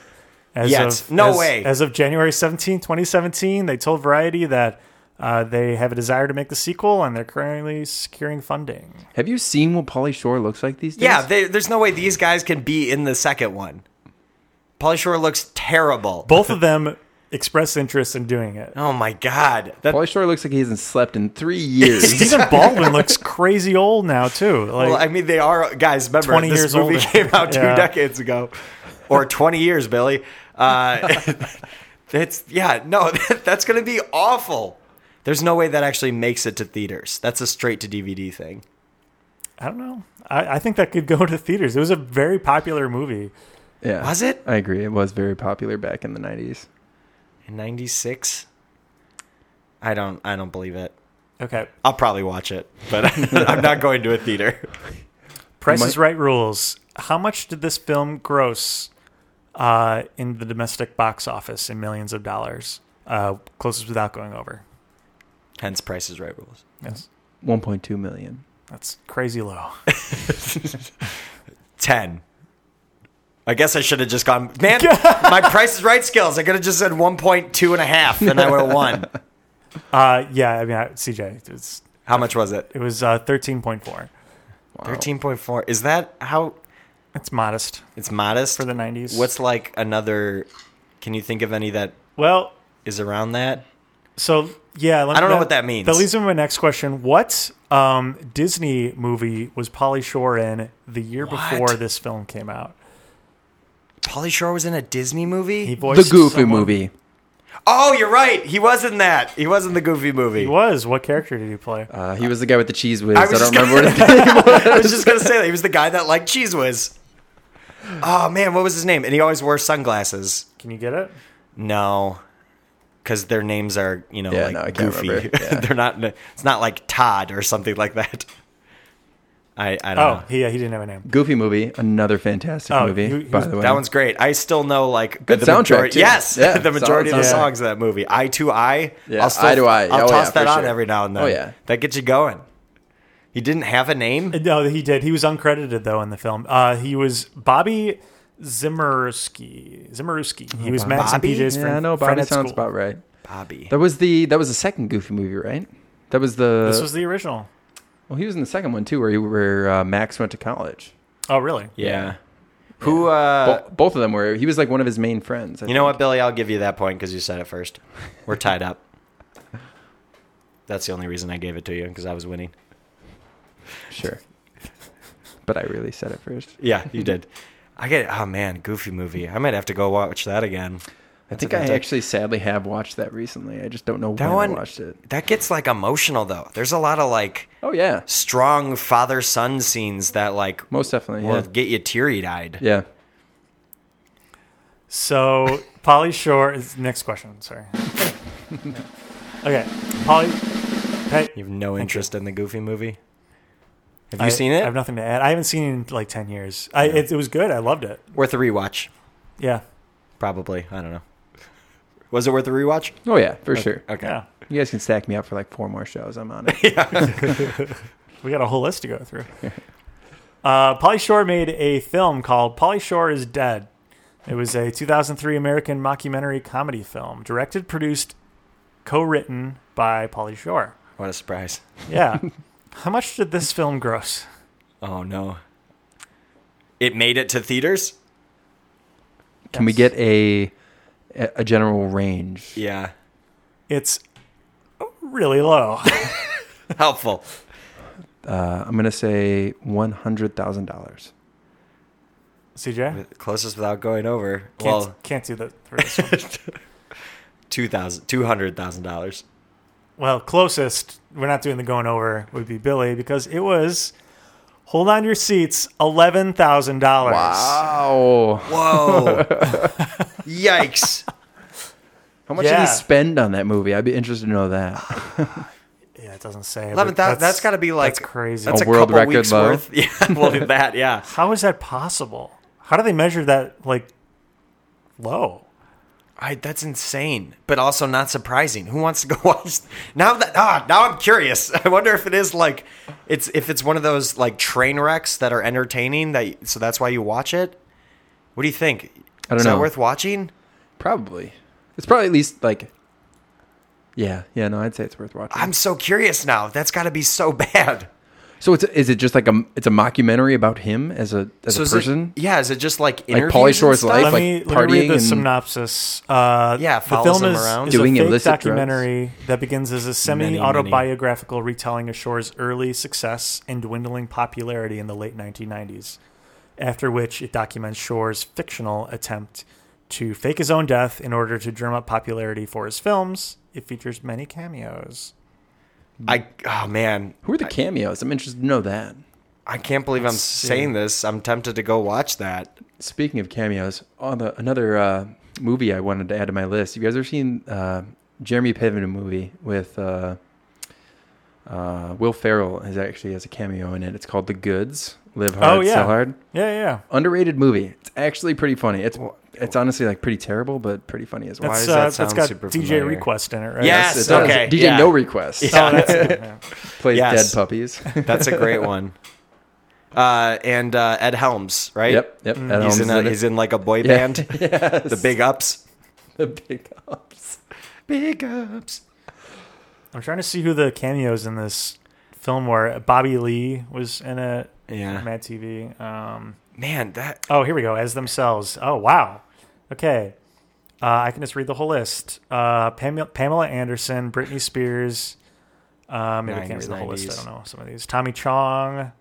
As
Yet. No
as-
way.
As of January 17, 2017, they told Variety that uh, they have a desire to make the sequel and they're currently securing funding.
Have you seen what Polly Shore looks like these days?
Yeah, they, there's no way these guys can be in the second one. Polly Shore looks terrible.
Both of them expressed interest in doing it.
oh my god. That,
Pauly Shore looks like he hasn't slept in three years.
Stephen Baldwin looks crazy old now, too. Like,
well, I mean, they are guys. Remember,
20
this
years
movie
older.
came out two
Yeah.
decades ago, or 20 years, Billy. Uh, it's yeah, no, that, that's going to be awful. There's no way that actually makes it to theaters. That's a straight to DVD thing.
I don't know. I, I think that could go to theaters. It was a very popular movie.
yeah.
Was it?
I agree. It was very popular back in the 90s.
In '96, I don't, I don't believe it.
Okay.
I'll probably watch it, but I'm not going to a theater.
Price
might-
is Right rules. How much did this film gross uh, in the domestic box office in millions of dollars? Uh, closest without going over.
Hence, Price is Right rules.
Yes,
1.2 million.
that's crazy low.
Ten. I guess I should have just gone. Man, my Price is Right skills. I could have just said one point two and a half, and I would have won.
Uh, yeah, I mean, I, CJ, it's,
How much was it?
it was uh, thirteen point four.
Thirteen point four. Is that how?
It's modest
It's modest
for the nineties.
What's like another? Can you think of any that
well?
is around that?
So yeah, let
I don't know what that means.
That leads me to my next question. What um, Disney movie was Polly Shore in the year
What?
before this film came out?
Polly Shore was in a Disney movie.
He
The
voiced
Goofy
someone-
movie.
oh, you're right. He was in that. He was in the Goofy movie.
He was. What character did he play?
Uh, he was the guy with the cheese whiz.
I
I,
was just
don't remember what his name
I was just gonna say that he was the guy that liked cheese whiz. Oh man, what was his name? And he always wore sunglasses.
Can you get it?
No, because their names are you know
Yeah,
like
no, I can't
goofy.
remember. Yeah.
They're not. It's not like Todd or something like that. I, I don't
Oh,
know.
he, yeah, he didn't have a name.
Goofy movie, another fantastic
Oh,
movie.
you- you-
by the way,
That one's great. I still know like
Good
the
soundtrack,
majority-
too.
Yes,
Yeah,
the
solid
majority of the
soundtrack.
songs of that movie. Eye to eye.
Yeah,
I'll still,
Eye to Eye.
I'll
Oh,
toss
yeah,
that
for
on
sure.
every now and then.
Oh, yeah.
that gets you going. He didn't have a name.
No, he did. He was uncredited though in the film. Uh, he was Bobby Zimmerski. Zimmerski. He was Max
Bobby?
and PJ's
yeah,
friend.
I know.
friend
Bobby
at
sounds
school.
about right.
Bobby.
That was the that was the second Goofy movie, right? That was the
This was the original.
well, he was in the second one too, where he, where uh, Max went to college.
Oh, really?
yeah. Who? uh
Bo- both of them were. He was like one of his main friends. I
You know what, Billy? I'll give you that point because you said it first. We're tied up. That's the only reason I gave it to you because I was winning.
think. Sure. But I really said it first.
Yeah, you did. I get. Oh man, Goofy movie. I might have to go watch that again.
I think
a
I
good take.
actually sadly have watched that recently. I just don't know
That
when
one
I watched it.
That gets like emotional though. There's a lot of like
Oh yeah,
strong father son scenes that like
most definitely.
will
Yeah.
get you teary eyed.
yeah.
So Polly Shore is next question. Sorry. okay, Polly. Hey,
You have no interest in the Goofy movie. Have you
I-
seen it?
I have nothing to add. I haven't seen it in like ten years. I it, it was good. I loved it.
worth a rewatch,
Yeah.
probably. I don't know. Was it worth a rewatch?
Oh yeah, for sure.
Okay.
Yeah.
You guys can stack me up for like four more shows. I'm on it.
We got a whole list to go through. Uh, Polly Shore made a film called Polly Shore is Dead. It was a 2003 American mockumentary comedy film, directed, produced, co-written by Polly Shore.
What a surprise.
Yeah. How much did this film gross?
Oh no. It made it to theaters?
Can we
Yes.
get a a general range?
Yeah.
It's really low.
Helpful.
Uh, I'm gonna say one hundred thousand dollars.
CJ
Closest without going over.
can't
Well,
can't do that for this one.
two thousand two hundred thousand dollars.
Well, closest, we're not doing the going over, would be Billy because it was, hold on to your seats, $11,000.
Wow.
Whoa. Yikes.
How much
Yeah.
did he spend on that movie? I'd be interested to know that.
Yeah, it doesn't say. but
11,000 that's gotta be like-
That's crazy.
That's
A
a
world
couple
record
weeks
low.
worth. Yeah, well that, yeah.
How is that possible? How do they measure that, like, low?
I, that's insane, but also not surprising. Who wants to go watch now that ah now I'm curious. I wonder if it is like it's if it's one of those like train wrecks that are entertaining that so that's why you watch it. What do you think?
I don't
is
know.
that worth watching?
Probably. It's probably at least like. Yeah, yeah, no, I'd say it's worth watching.
I'm so curious now. That's got to be so bad.
so it's is it just like a it's a mockumentary about him as a as
So
a
is
person?
It, yeah, is it just like
Like
interviews
Pauly
and
Shore's
stuff?
life,
Let
like
me, let me read
partying
the
and-
synopsis. Uh,
Yeah,
the
follows
film
them
is,
around.
is a
Doing
fake
illicit drugs.
documentary that begins as a
many.
semi-autobiographical retelling of Shore's early success and dwindling popularity in the late 1990s. After which, it documents Shore's fictional attempt to fake his own death in order to drum up popularity for his films. It features many cameos.
I oh man,
Who are the cameos? I'm interested to know that.
I can't believe I'm saying this. I'm tempted to go watch that.
Speaking of cameos, on the another uh, movie I wanted to add to my list. You guys ever seen uh, Jeremy Piven movie with uh, uh, Will Ferrell? Is actually has a cameo in it. It's called The Goods. Live hard,
Oh, yeah.
sell hard.
Yeah, yeah, yeah.
Underrated movie. It's actually pretty funny. It's it's honestly like pretty terrible, but pretty funny as well.
That's,
does that
uh, that's
sound
got
super
DJ
familiar?
Request in it, right?
Yes!
It does.
okay,
DJ
yeah.
No Request
Oh, that's yeah.
plays
Yes.
dead puppies.
That's a great one. Uh, and uh, Ed Helms, right?
yep, yep. Ed Helms
Mm. He's
is
in, a,
it.
he's in like a boy
Yeah.
band,
Yes.
the Big Ups.
the big ups.
Big Ups.
I'm trying to see who the cameos in this film were. Bobby Lee was in it.
Yeah.
Mad TV. Um,
Man, that
oh, here we go. As themselves. Oh, wow. Okay. Uh, I can just read the whole list. Uh, Pamela, Pamela Anderson, Britney Spears. Uh, maybe I can't
90s,
read the whole list. I
90s.
don't know some of these. Tommy Chong,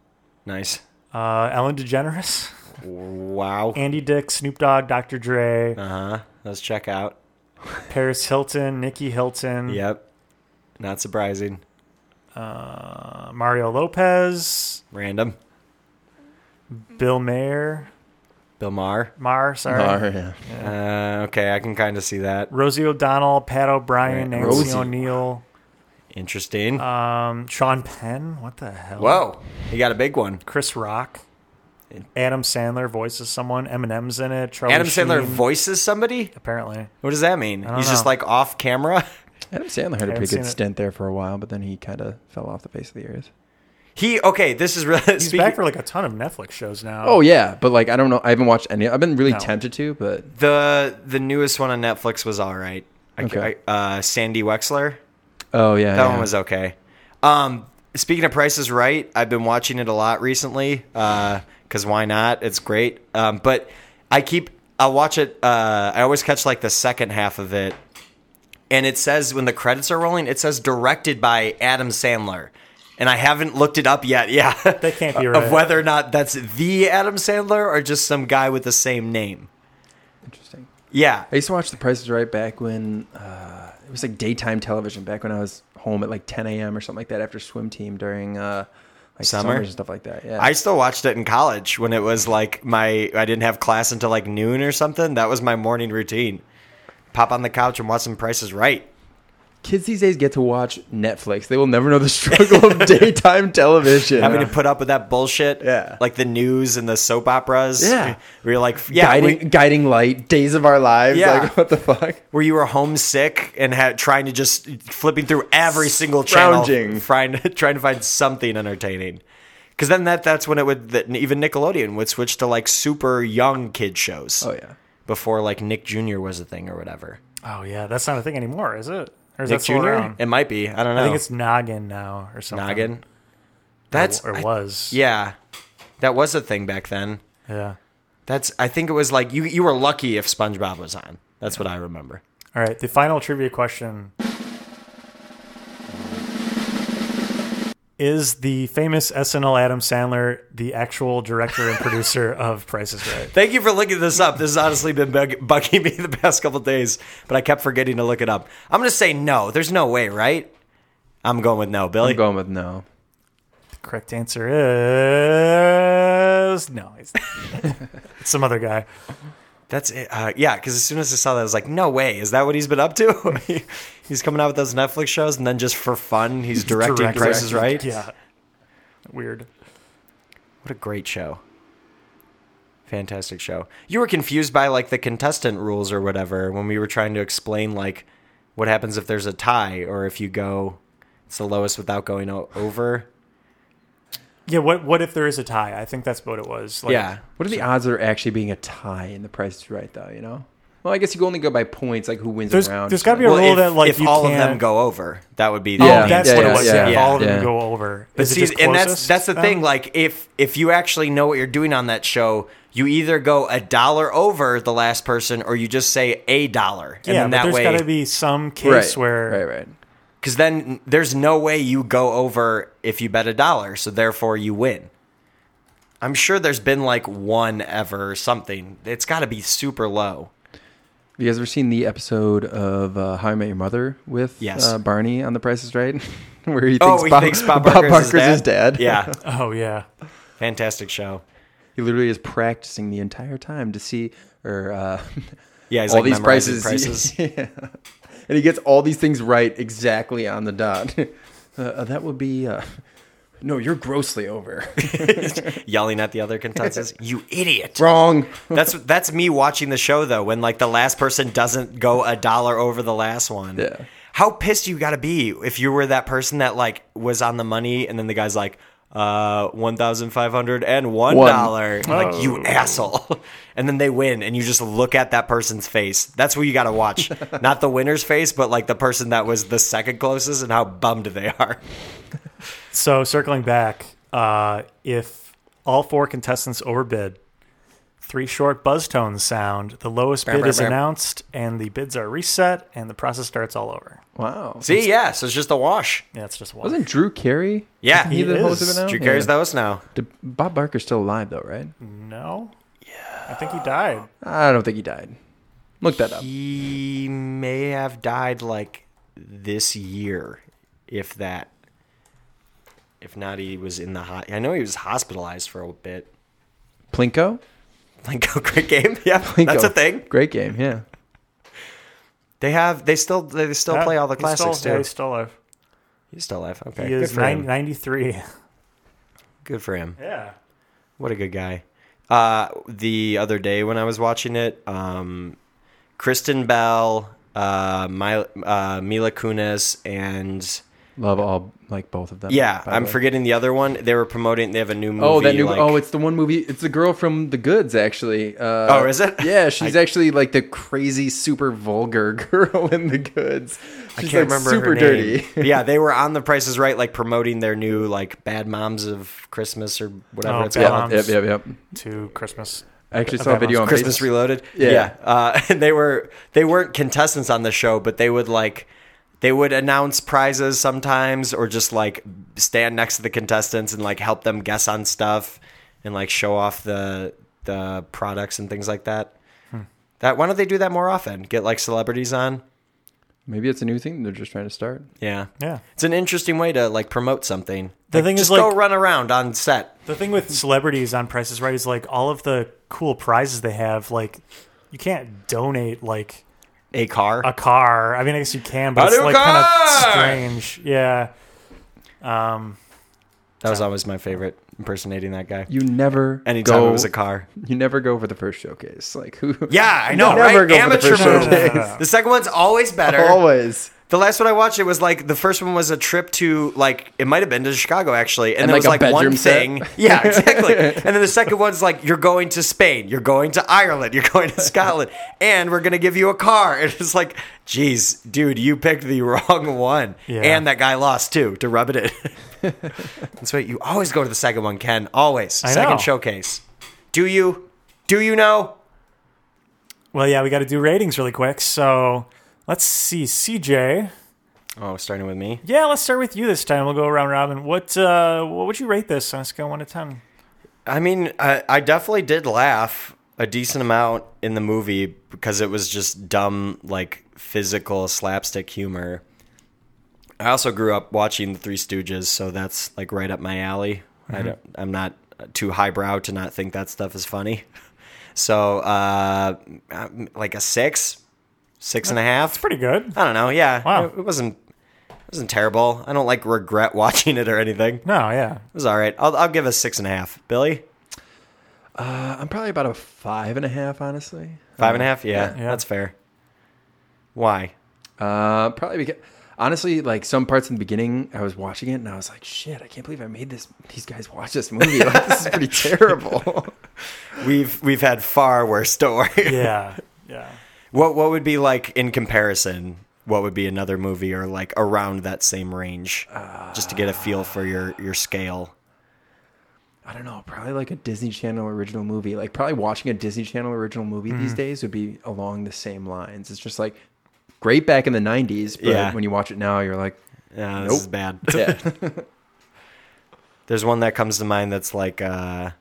nice.
uh, Ellen DeGeneres,
Wow.
Andy Dick, Snoop Dogg, Dr. Dre,
Uh huh. Let's check out.
Paris Hilton, Nikki Hilton,
Yep. Not surprising.
uh, Mario Lopez,
Random.
Bill Mayer,
Bill Maher.
Mar, sorry.
Are, yeah.
Uh, okay, I can kind of see that.
Rosie O'Donnell, Pat O'Brien,
Right.
Nancy
Rosie.
O'Neill,
Interesting.
Sean Penn, what the hell?
Whoa, he got a big one.
Chris Rock, Adam Sandler voices someone. Eminem's in it. Charlie
Adam Sandler
Sheen,
voices somebody.
apparently.
What does that mean?
don't
He's just
know.
like off camera.
Adam Sandler had a
haven't
pretty
seen
good
it.
stint there for a while, but then he kind of fell off the face of the earth.
Oh. He okay. This is really.
He's
speaking-
back for like a ton of Netflix shows now.
Oh yeah, but like I don't know. I haven't watched any. I've been really tempted to, but
the the newest one on Netflix was all right. I,
Okay.
I- uh, Sandy Wexler.
oh yeah,
That
yeah.
one was okay. Um, speaking of Price is Right, I've been watching it a lot recently because why not? It's great. Um, but I keep I watch it. Uh, I always catch like the second half of it, and it says when the credits are rolling, it says directed by Adam Sandler, and I haven't looked it up yet. Yeah,
That can't be
of
right.
whether or not that's the Adam Sandler or just some guy with the same name.
interesting.
Yeah,
I used to watch The Price is Right back when uh, it was like daytime television. Back when I was home at like 10 a.m. or something like that after swim team during uh, like
Summer?
summers and stuff like that. Yeah,
I still watched it in college when it was like my I didn't have class until like noon or something. That was my morning routine. Pop on the couch and watch some Price is Right.
kids these days get to watch Netflix. They will never know the struggle of daytime television.
Having to put up with that bullshit,
Yeah.
like the news and the soap operas,
Yeah.
Where you're like, yeah,
guiding,
we-
guiding light, days of our lives.
Yeah.
Like what the fuck?
where you were homesick and had, trying to just flipping through every single channel,
Scrounging.
trying trying to find something entertaining. Because then that that's when it would that even Nickelodeon would switch to like super young kid shows.
Oh yeah.
before like Nick Jr. was a thing or whatever.
Oh, yeah, that's not a thing anymore, is it? Or is
Nick
that still
Jr.
around?
It might be. I don't know.
I think it's Noggin now or something.
Noggin. That's
or
I-
was.
yeah, that was a thing back then.
yeah.
That's I think it was like you you were lucky if SpongeBob was on. That's what I remember.
All right, the final trivia question is the famous SNL Adam Sandler the actual director and producer of Price is Right?
Thank you for looking this up. This has honestly been bug- bugging me the past couple days, but I kept forgetting to look it up. I'm gonna say no. There's no way, right? I'm going with no, Billy.
I'm going with no.
The correct answer is no. It's, it's some other guy.
That's it. Uh, yeah, because as soon as I saw that, I was like, no way. Is that what he's been up to? he's coming out with those Netflix shows, and then just for fun, he's directing
Director.
Price is Right.
Yeah. Weird.
What a great show. Fantastic show. You were confused by like the contestant rules or whatever when we were trying to explain like what happens if there's a tie or if you go it's the lowest without going o- over.
Yeah, what what if there is a tie? I think that's what it was. Like,
yeah.
What are the odds of there actually being a tie in The Price is Right though? You know. Well, I guess you can only go by points, like who wins
There's-
a round.
there's gotta be a
Well,
rule
if,
that, like,
if
you
all of
can't-
them go over, that would be the
Oh,
Yeah,
that's
yeah,
what it was.
yeah,
Yeah,
yeah,
all of them
yeah.
go over.
But
Is it
see,
just
and that's
closest Um,
that's the
then?
thing. Like, if if you actually know what you're doing on that show, you either go a dollar over the last person, or you just say a dollar, and
yeah,
then
but
that
there's
way,
got to
because
be some case
right.
where
Right, right.
then there's no way you go over if you bet a dollar, so therefore you win. I'm sure there's been like one ever or something. It's got to be super low.
Have you guys ever seen the episode of uh, How I Met Your Mother with
Yes.
uh, Barney on The Price is Right, where he
Oh,
thinks,
he
Bob,
thinks Bob,
Bob
Barker's,
Barker's
his
his
dad. Yeah,
Oh yeah,
fantastic show.
He literally is practicing the entire time to see or uh,
Yeah, he's
all
like
these
memorizing
prices,
prices.
yeah. and he gets all these things right exactly on the dot. uh, that would be uh, no, you're grossly over.
Yelling at the other contestants, "You idiot!"
Wrong.
That's that's me watching the show though. When like the last person doesn't go a dollar over the last one.
Yeah.
How pissed you gotta be if you were that person that like was on the money and then the guy's like, uh, one thousand five hundred and one
One.
dollar. Like you asshole. And then they win and you just look at that person's face. That's what you gotta watch. Not the winner's face, but like the person that was the second closest and how bummed they are.
So circling back, uh, if all four contestants overbid, three short buzz tones sound. The lowest bid
brr,
is
brr.
announced, and the bids are reset, and the process starts all over.
Wow.
See, yeah, so it's just a wash.
Yeah, it's just one.
Wasn't Drew Carey?
Yeah.
he, the host of
is.
it now?
Drew Carey's
yeah.
those now.
Did- Bob Barker's still alive though, right?
No. Yeah. I think he died.
I don't think he died. Look that up.
He may have died like this year, if that. If not, he was in the hot. I know he was hospitalized for a bit.
Plinko.
Plinko, great game. Yeah,
Plinko.
that's a thing.
Great game. Yeah.
They have. They still. They still
Yeah,
play all the
he's still-
classics
yeah,
too.
he's still alive.
He's still alive. Okay.
He
good
is
for
nine,
him.
93.
Good for him.
Yeah.
What a good guy. Uh, the other day when I was watching it, um, Kristen Bell, uh, My, uh, Mila Kunis, and
Love all like both of them.
yeah,
by the
I'm
way.
forgetting the other one. They were promoting. They have a new movie.
Oh, that new.
like-
oh, it's the one movie. It's the girl from The Goods, actually. Uh,
Oh, is it?
Yeah, she's actually like the crazy, super vulgar girl in The Goods. She's
I can't
like,
remember
Super
her name.
dirty.
yeah, they were on The Price Is Right, like promoting their new like Bad Moms of Christmas or whatever
Oh,
it's
Bad
called.
Moms.
Yep, yep, yep.
To Christmas.
I actually
Bad
saw a video
Moms.
on
Christmas
Facebook.
Reloaded.
Yeah.
Uh, and they were they weren't contestants on the show, but they would like they would announce prizes sometimes, or just like stand next to the contestants and like help them guess on stuff and like show off the the products and things like that.
Hmm.
That why don't they do that more often? Get like celebrities on.
Maybe it's a new thing they're just trying to start.
Yeah,
Yeah.
It's an interesting way to like promote something.
The
Like,
thing is,
just go
like-
run around on set.
The thing with celebrities on Price is Right is like all of the cool prizes they have, like you can't donate like
A car.
a car. I mean, I guess you can, but
A
it's
new
like kind of
car!
strange. Yeah.
that was always my favorite impersonating that guy.
You never
Anytime
go,
it was a car.
You never go for the first showcase. Like who?
Yeah, I know,
Never
right?
go for the
Amateur
first show.
movie. The second one's always better.
Always.
The last one I watched, it was like the first one was a trip to like it might have been to Chicago actually, and,
And
there
like
was
a
like one
bedroom set?
thing. Yeah, exactly. and then the second one's like you're going to Spain, you're going to Ireland, you're going to Scotland, and we're gonna give you a car. And it's like, geez, dude, you picked the wrong one,
Yeah.
and that guy lost too to rub it in. That's right. You always go to the second one, Ken. Always
I
second
know.
showcase. Do you? Do you know?
Well, yeah, we got to do ratings really quick. So let's see, CJ.
Oh, starting with me.
Yeah, let's start with you this time. We'll go around robin. What uh, what would you rate this on a scale of one to ten?
I mean, I, I definitely did laugh a decent amount in the movie because it was just dumb, like physical slapstick humor. I also grew up watching The Three Stooges, so that's like right up my alley. I
Mm-hmm.
don't, I'm not too highbrow to not think that stuff is funny. So, uh, I'm- like a six, six and a half.
Pretty good.
I don't know. Yeah,
Wow.
it, it wasn't it wasn't terrible. I don't like regret watching it or anything. It
No, yeah.
was all right. I'll, I'll give a six and a half. Billy.
Uh, I'm probably about a five and a half, honestly.
Five and a half? Yeah,
Yeah.
that's fair. Why?
Uh, probably because honestly, like some parts in the beginning, I was watching it and I was like, "Shit, I can't believe I made this. These guys watch this movie. Like, this is pretty terrible."
We've we've had far worse story.
Yeah. Yeah.
What what would be like in comparison? What would be another movie or like around that same range? just to get a feel for your your scale.
I don't know. Probably like a Disney Channel original movie. Like probably watching a Disney Channel original movie these
Mm.
days would be along the same lines. It's just like great back in the '90s, but
Yeah.
when you watch it now, you're like,
Yeah, this is
Nope.
bad.
"Yeah,
There's one that comes to mind that's like uh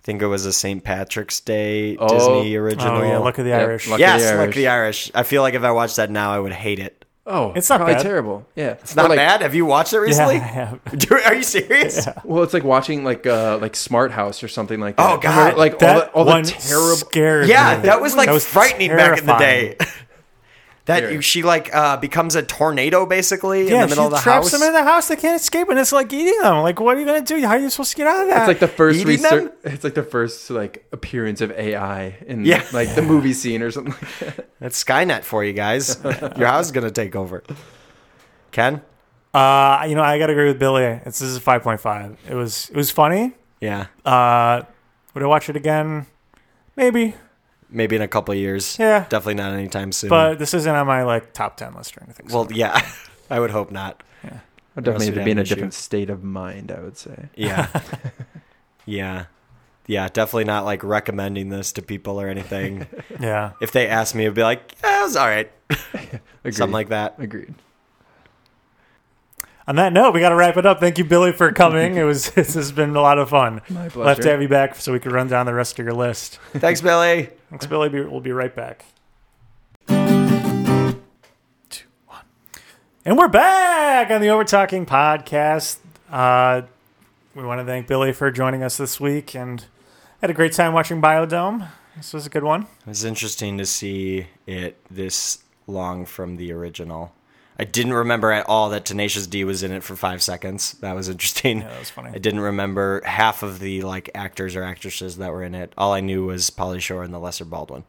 I think it was a St. Patrick's Day
Oh.
Disney
Oh,
original.
Oh, yeah. Look at the
Yep,
Irish.
lucky-
yes,
the
like
Irish.
the Irish. I feel like if I watched that now I would hate it.
oh,
It's not
probably
bad.
terrible." Yeah,
It's not bad. Have you watched it
Yeah,
recently?
yeah.
Dude, Are you serious?
Well, it's like watching like uh like Smart House or something like that.
Oh, God.
Remember, like all the,
That
all
one
the terrible
scared
Yeah,
me.
that was like frightening back in the
terrifying.
day. that
Here.
you, she like uh, becomes a tornado basically in
Yeah,
the middle
she
of the
traps
house.
them in the house. They can't escape, and it's like eating them. Like, what are you gonna do? How are you supposed to get out of that?
It's like the first
Eating
research.
them?
It's like the first like appearance of AI in
Yeah.
like the movie scene or something. Like that.
That's Skynet for you guys. Your house is gonna take over. Ken,
uh, you know, I gotta agree with Billy. It's this is five point five. It was it was funny.
yeah,
Uh, would I watch it again? Maybe,
maybe in a couple of years.
Yeah.
definitely not anytime soon.
Mm.
but this isn't on my like top ten list or anything. So.
well, yeah, I would hope not.
I'd
Unless
definitely
you'd
have to
have
be
an
in a
issue.
different state of mind. I would say.
Yeah, yeah, yeah. Definitely not like recommending this to people or anything.
yeah,
if they asked me, it'd be like, yeah, it was all right,
Agreed.
something like that.
Agreed.
On that note, we got to wrap it up. Thank you, Billy, for coming. It was this has been a lot of fun.
My
We'll have to
pleasure.
have you back so we can run down the rest of your list.
Thanks, Billy.
Thanks, Billy. Be- We'll be right back. Two, one. And we're back on the Over Talking podcast. Uh, we want to thank Billy for joining us this week and had a great time watching Biodome. This was a good one.
It was interesting to see it this long from the original. I didn't remember at all that Tenacious D was in it for five seconds. That was interesting.
that was funny.
I didn't remember half of the like actors or actresses that were in it. All I knew was Polly Shore and the Lesser Baldwin.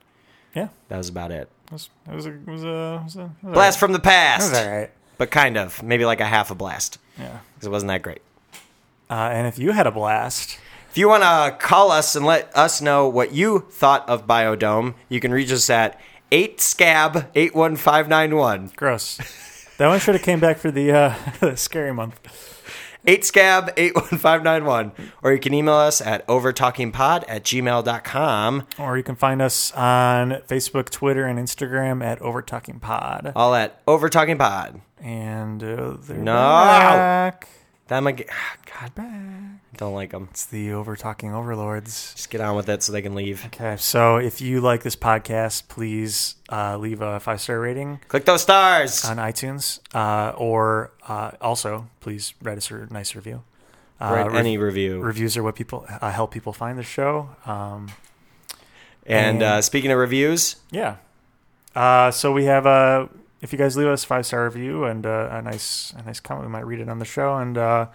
Yeah,
That was about it.
it was it was a, it was a, it was a, it was
Blast from the past,
all right.
but kind of maybe like a half a blast
Yeah,
because it wasn't that great.
uh, and if you had a blast,
If you want to call us and let us know what you thought of Biodome, you can reach us at 8scab81591.
gross. That one should have came back for the uh, the scary month.
8scab81591. Or you can email us at overtalkingpod at gmail.com.
Or you can find us on Facebook, Twitter, and Instagram at Over Talking Pod.
All at overtalkingpod.
And uh, they're
No.
back.
That might get, ah, God, don't like them.
It's the Over Talking Overlords.
Just get on with it so they can leave.
Okay, so if you like this podcast, please uh, leave a five star rating
Click those stars.
on iTunes, uh, or uh, also please write us a nice review.
Write
uh, rev-
any review.
Reviews are what people uh, help people find the show. Um,
and uh,
and-
speaking of reviews,
yeah. Uh, so we have uh, if you guys leave us a five star review and uh, a nice a nice comment, we might read it on the show. And uh,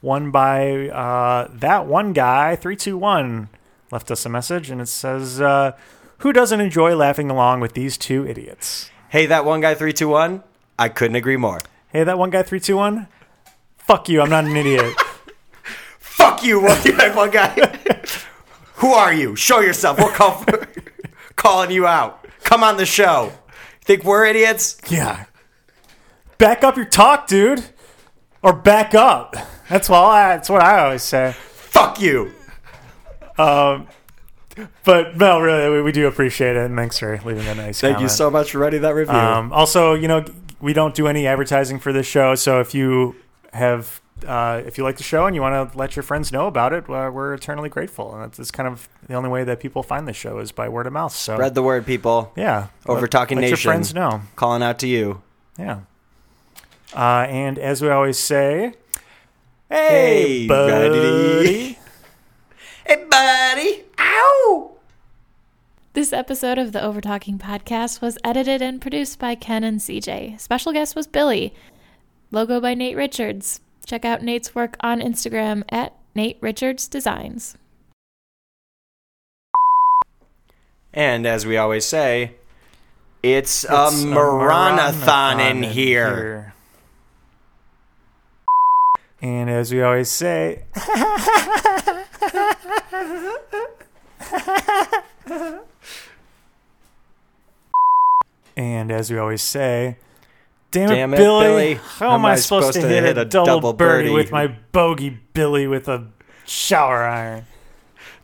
one by uh, that one guy three two one left us a message, and it says, uh, "Who doesn't enjoy laughing along with these two idiots?"
hey, that one guy, 321, I couldn't agree more.
Hey, that one guy, three, two, one. Fuck you! I'm not an idiot.
Fuck you, one guy. One guy. Who are you? Show yourself. We're call- calling you out. Come on the show. Think we're idiots?
yeah. Back up your talk, dude, or back up. That's what I, that's what I always say.
Fuck you.
But no, really, we, we do appreciate it, and thanks for leaving a nice.
Thank you so much for writing that review.
Um, also, you know, we don't do any advertising for this show, so if you have. Uh, if you like the show and you want to let your friends know about it, uh, we're eternally grateful. And that's, that's kind of the only way that people find the show is by word of mouth. So,
Read the word, people.
yeah,
Over
Let-
Talking
let your
Nation.
friends know.
Calling out to you.
Yeah. Uh, and as we always say,
Hey, buddy. Hey, buddy. Ow.
This episode of the Overtalking Podcast was edited and produced by Ken and CJ. Special guest was Billy. Logo by Nate Richards. Check out Nate's work on Instagram at Nate Richards Designs.
And as we always say,
It's
it's, a marathon in
Maranathon
here.
And as we always say, and as we always say, damn,
Damn
it,
it,
Billy,
Billy.
how am I supposed, to hit, a double, birdie, with my bogey Billy with a shower iron?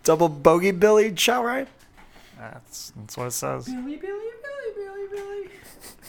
Double bogey Billy Chow, right?
That's, that's what it says.
Billy, Billy, Billy, Billy.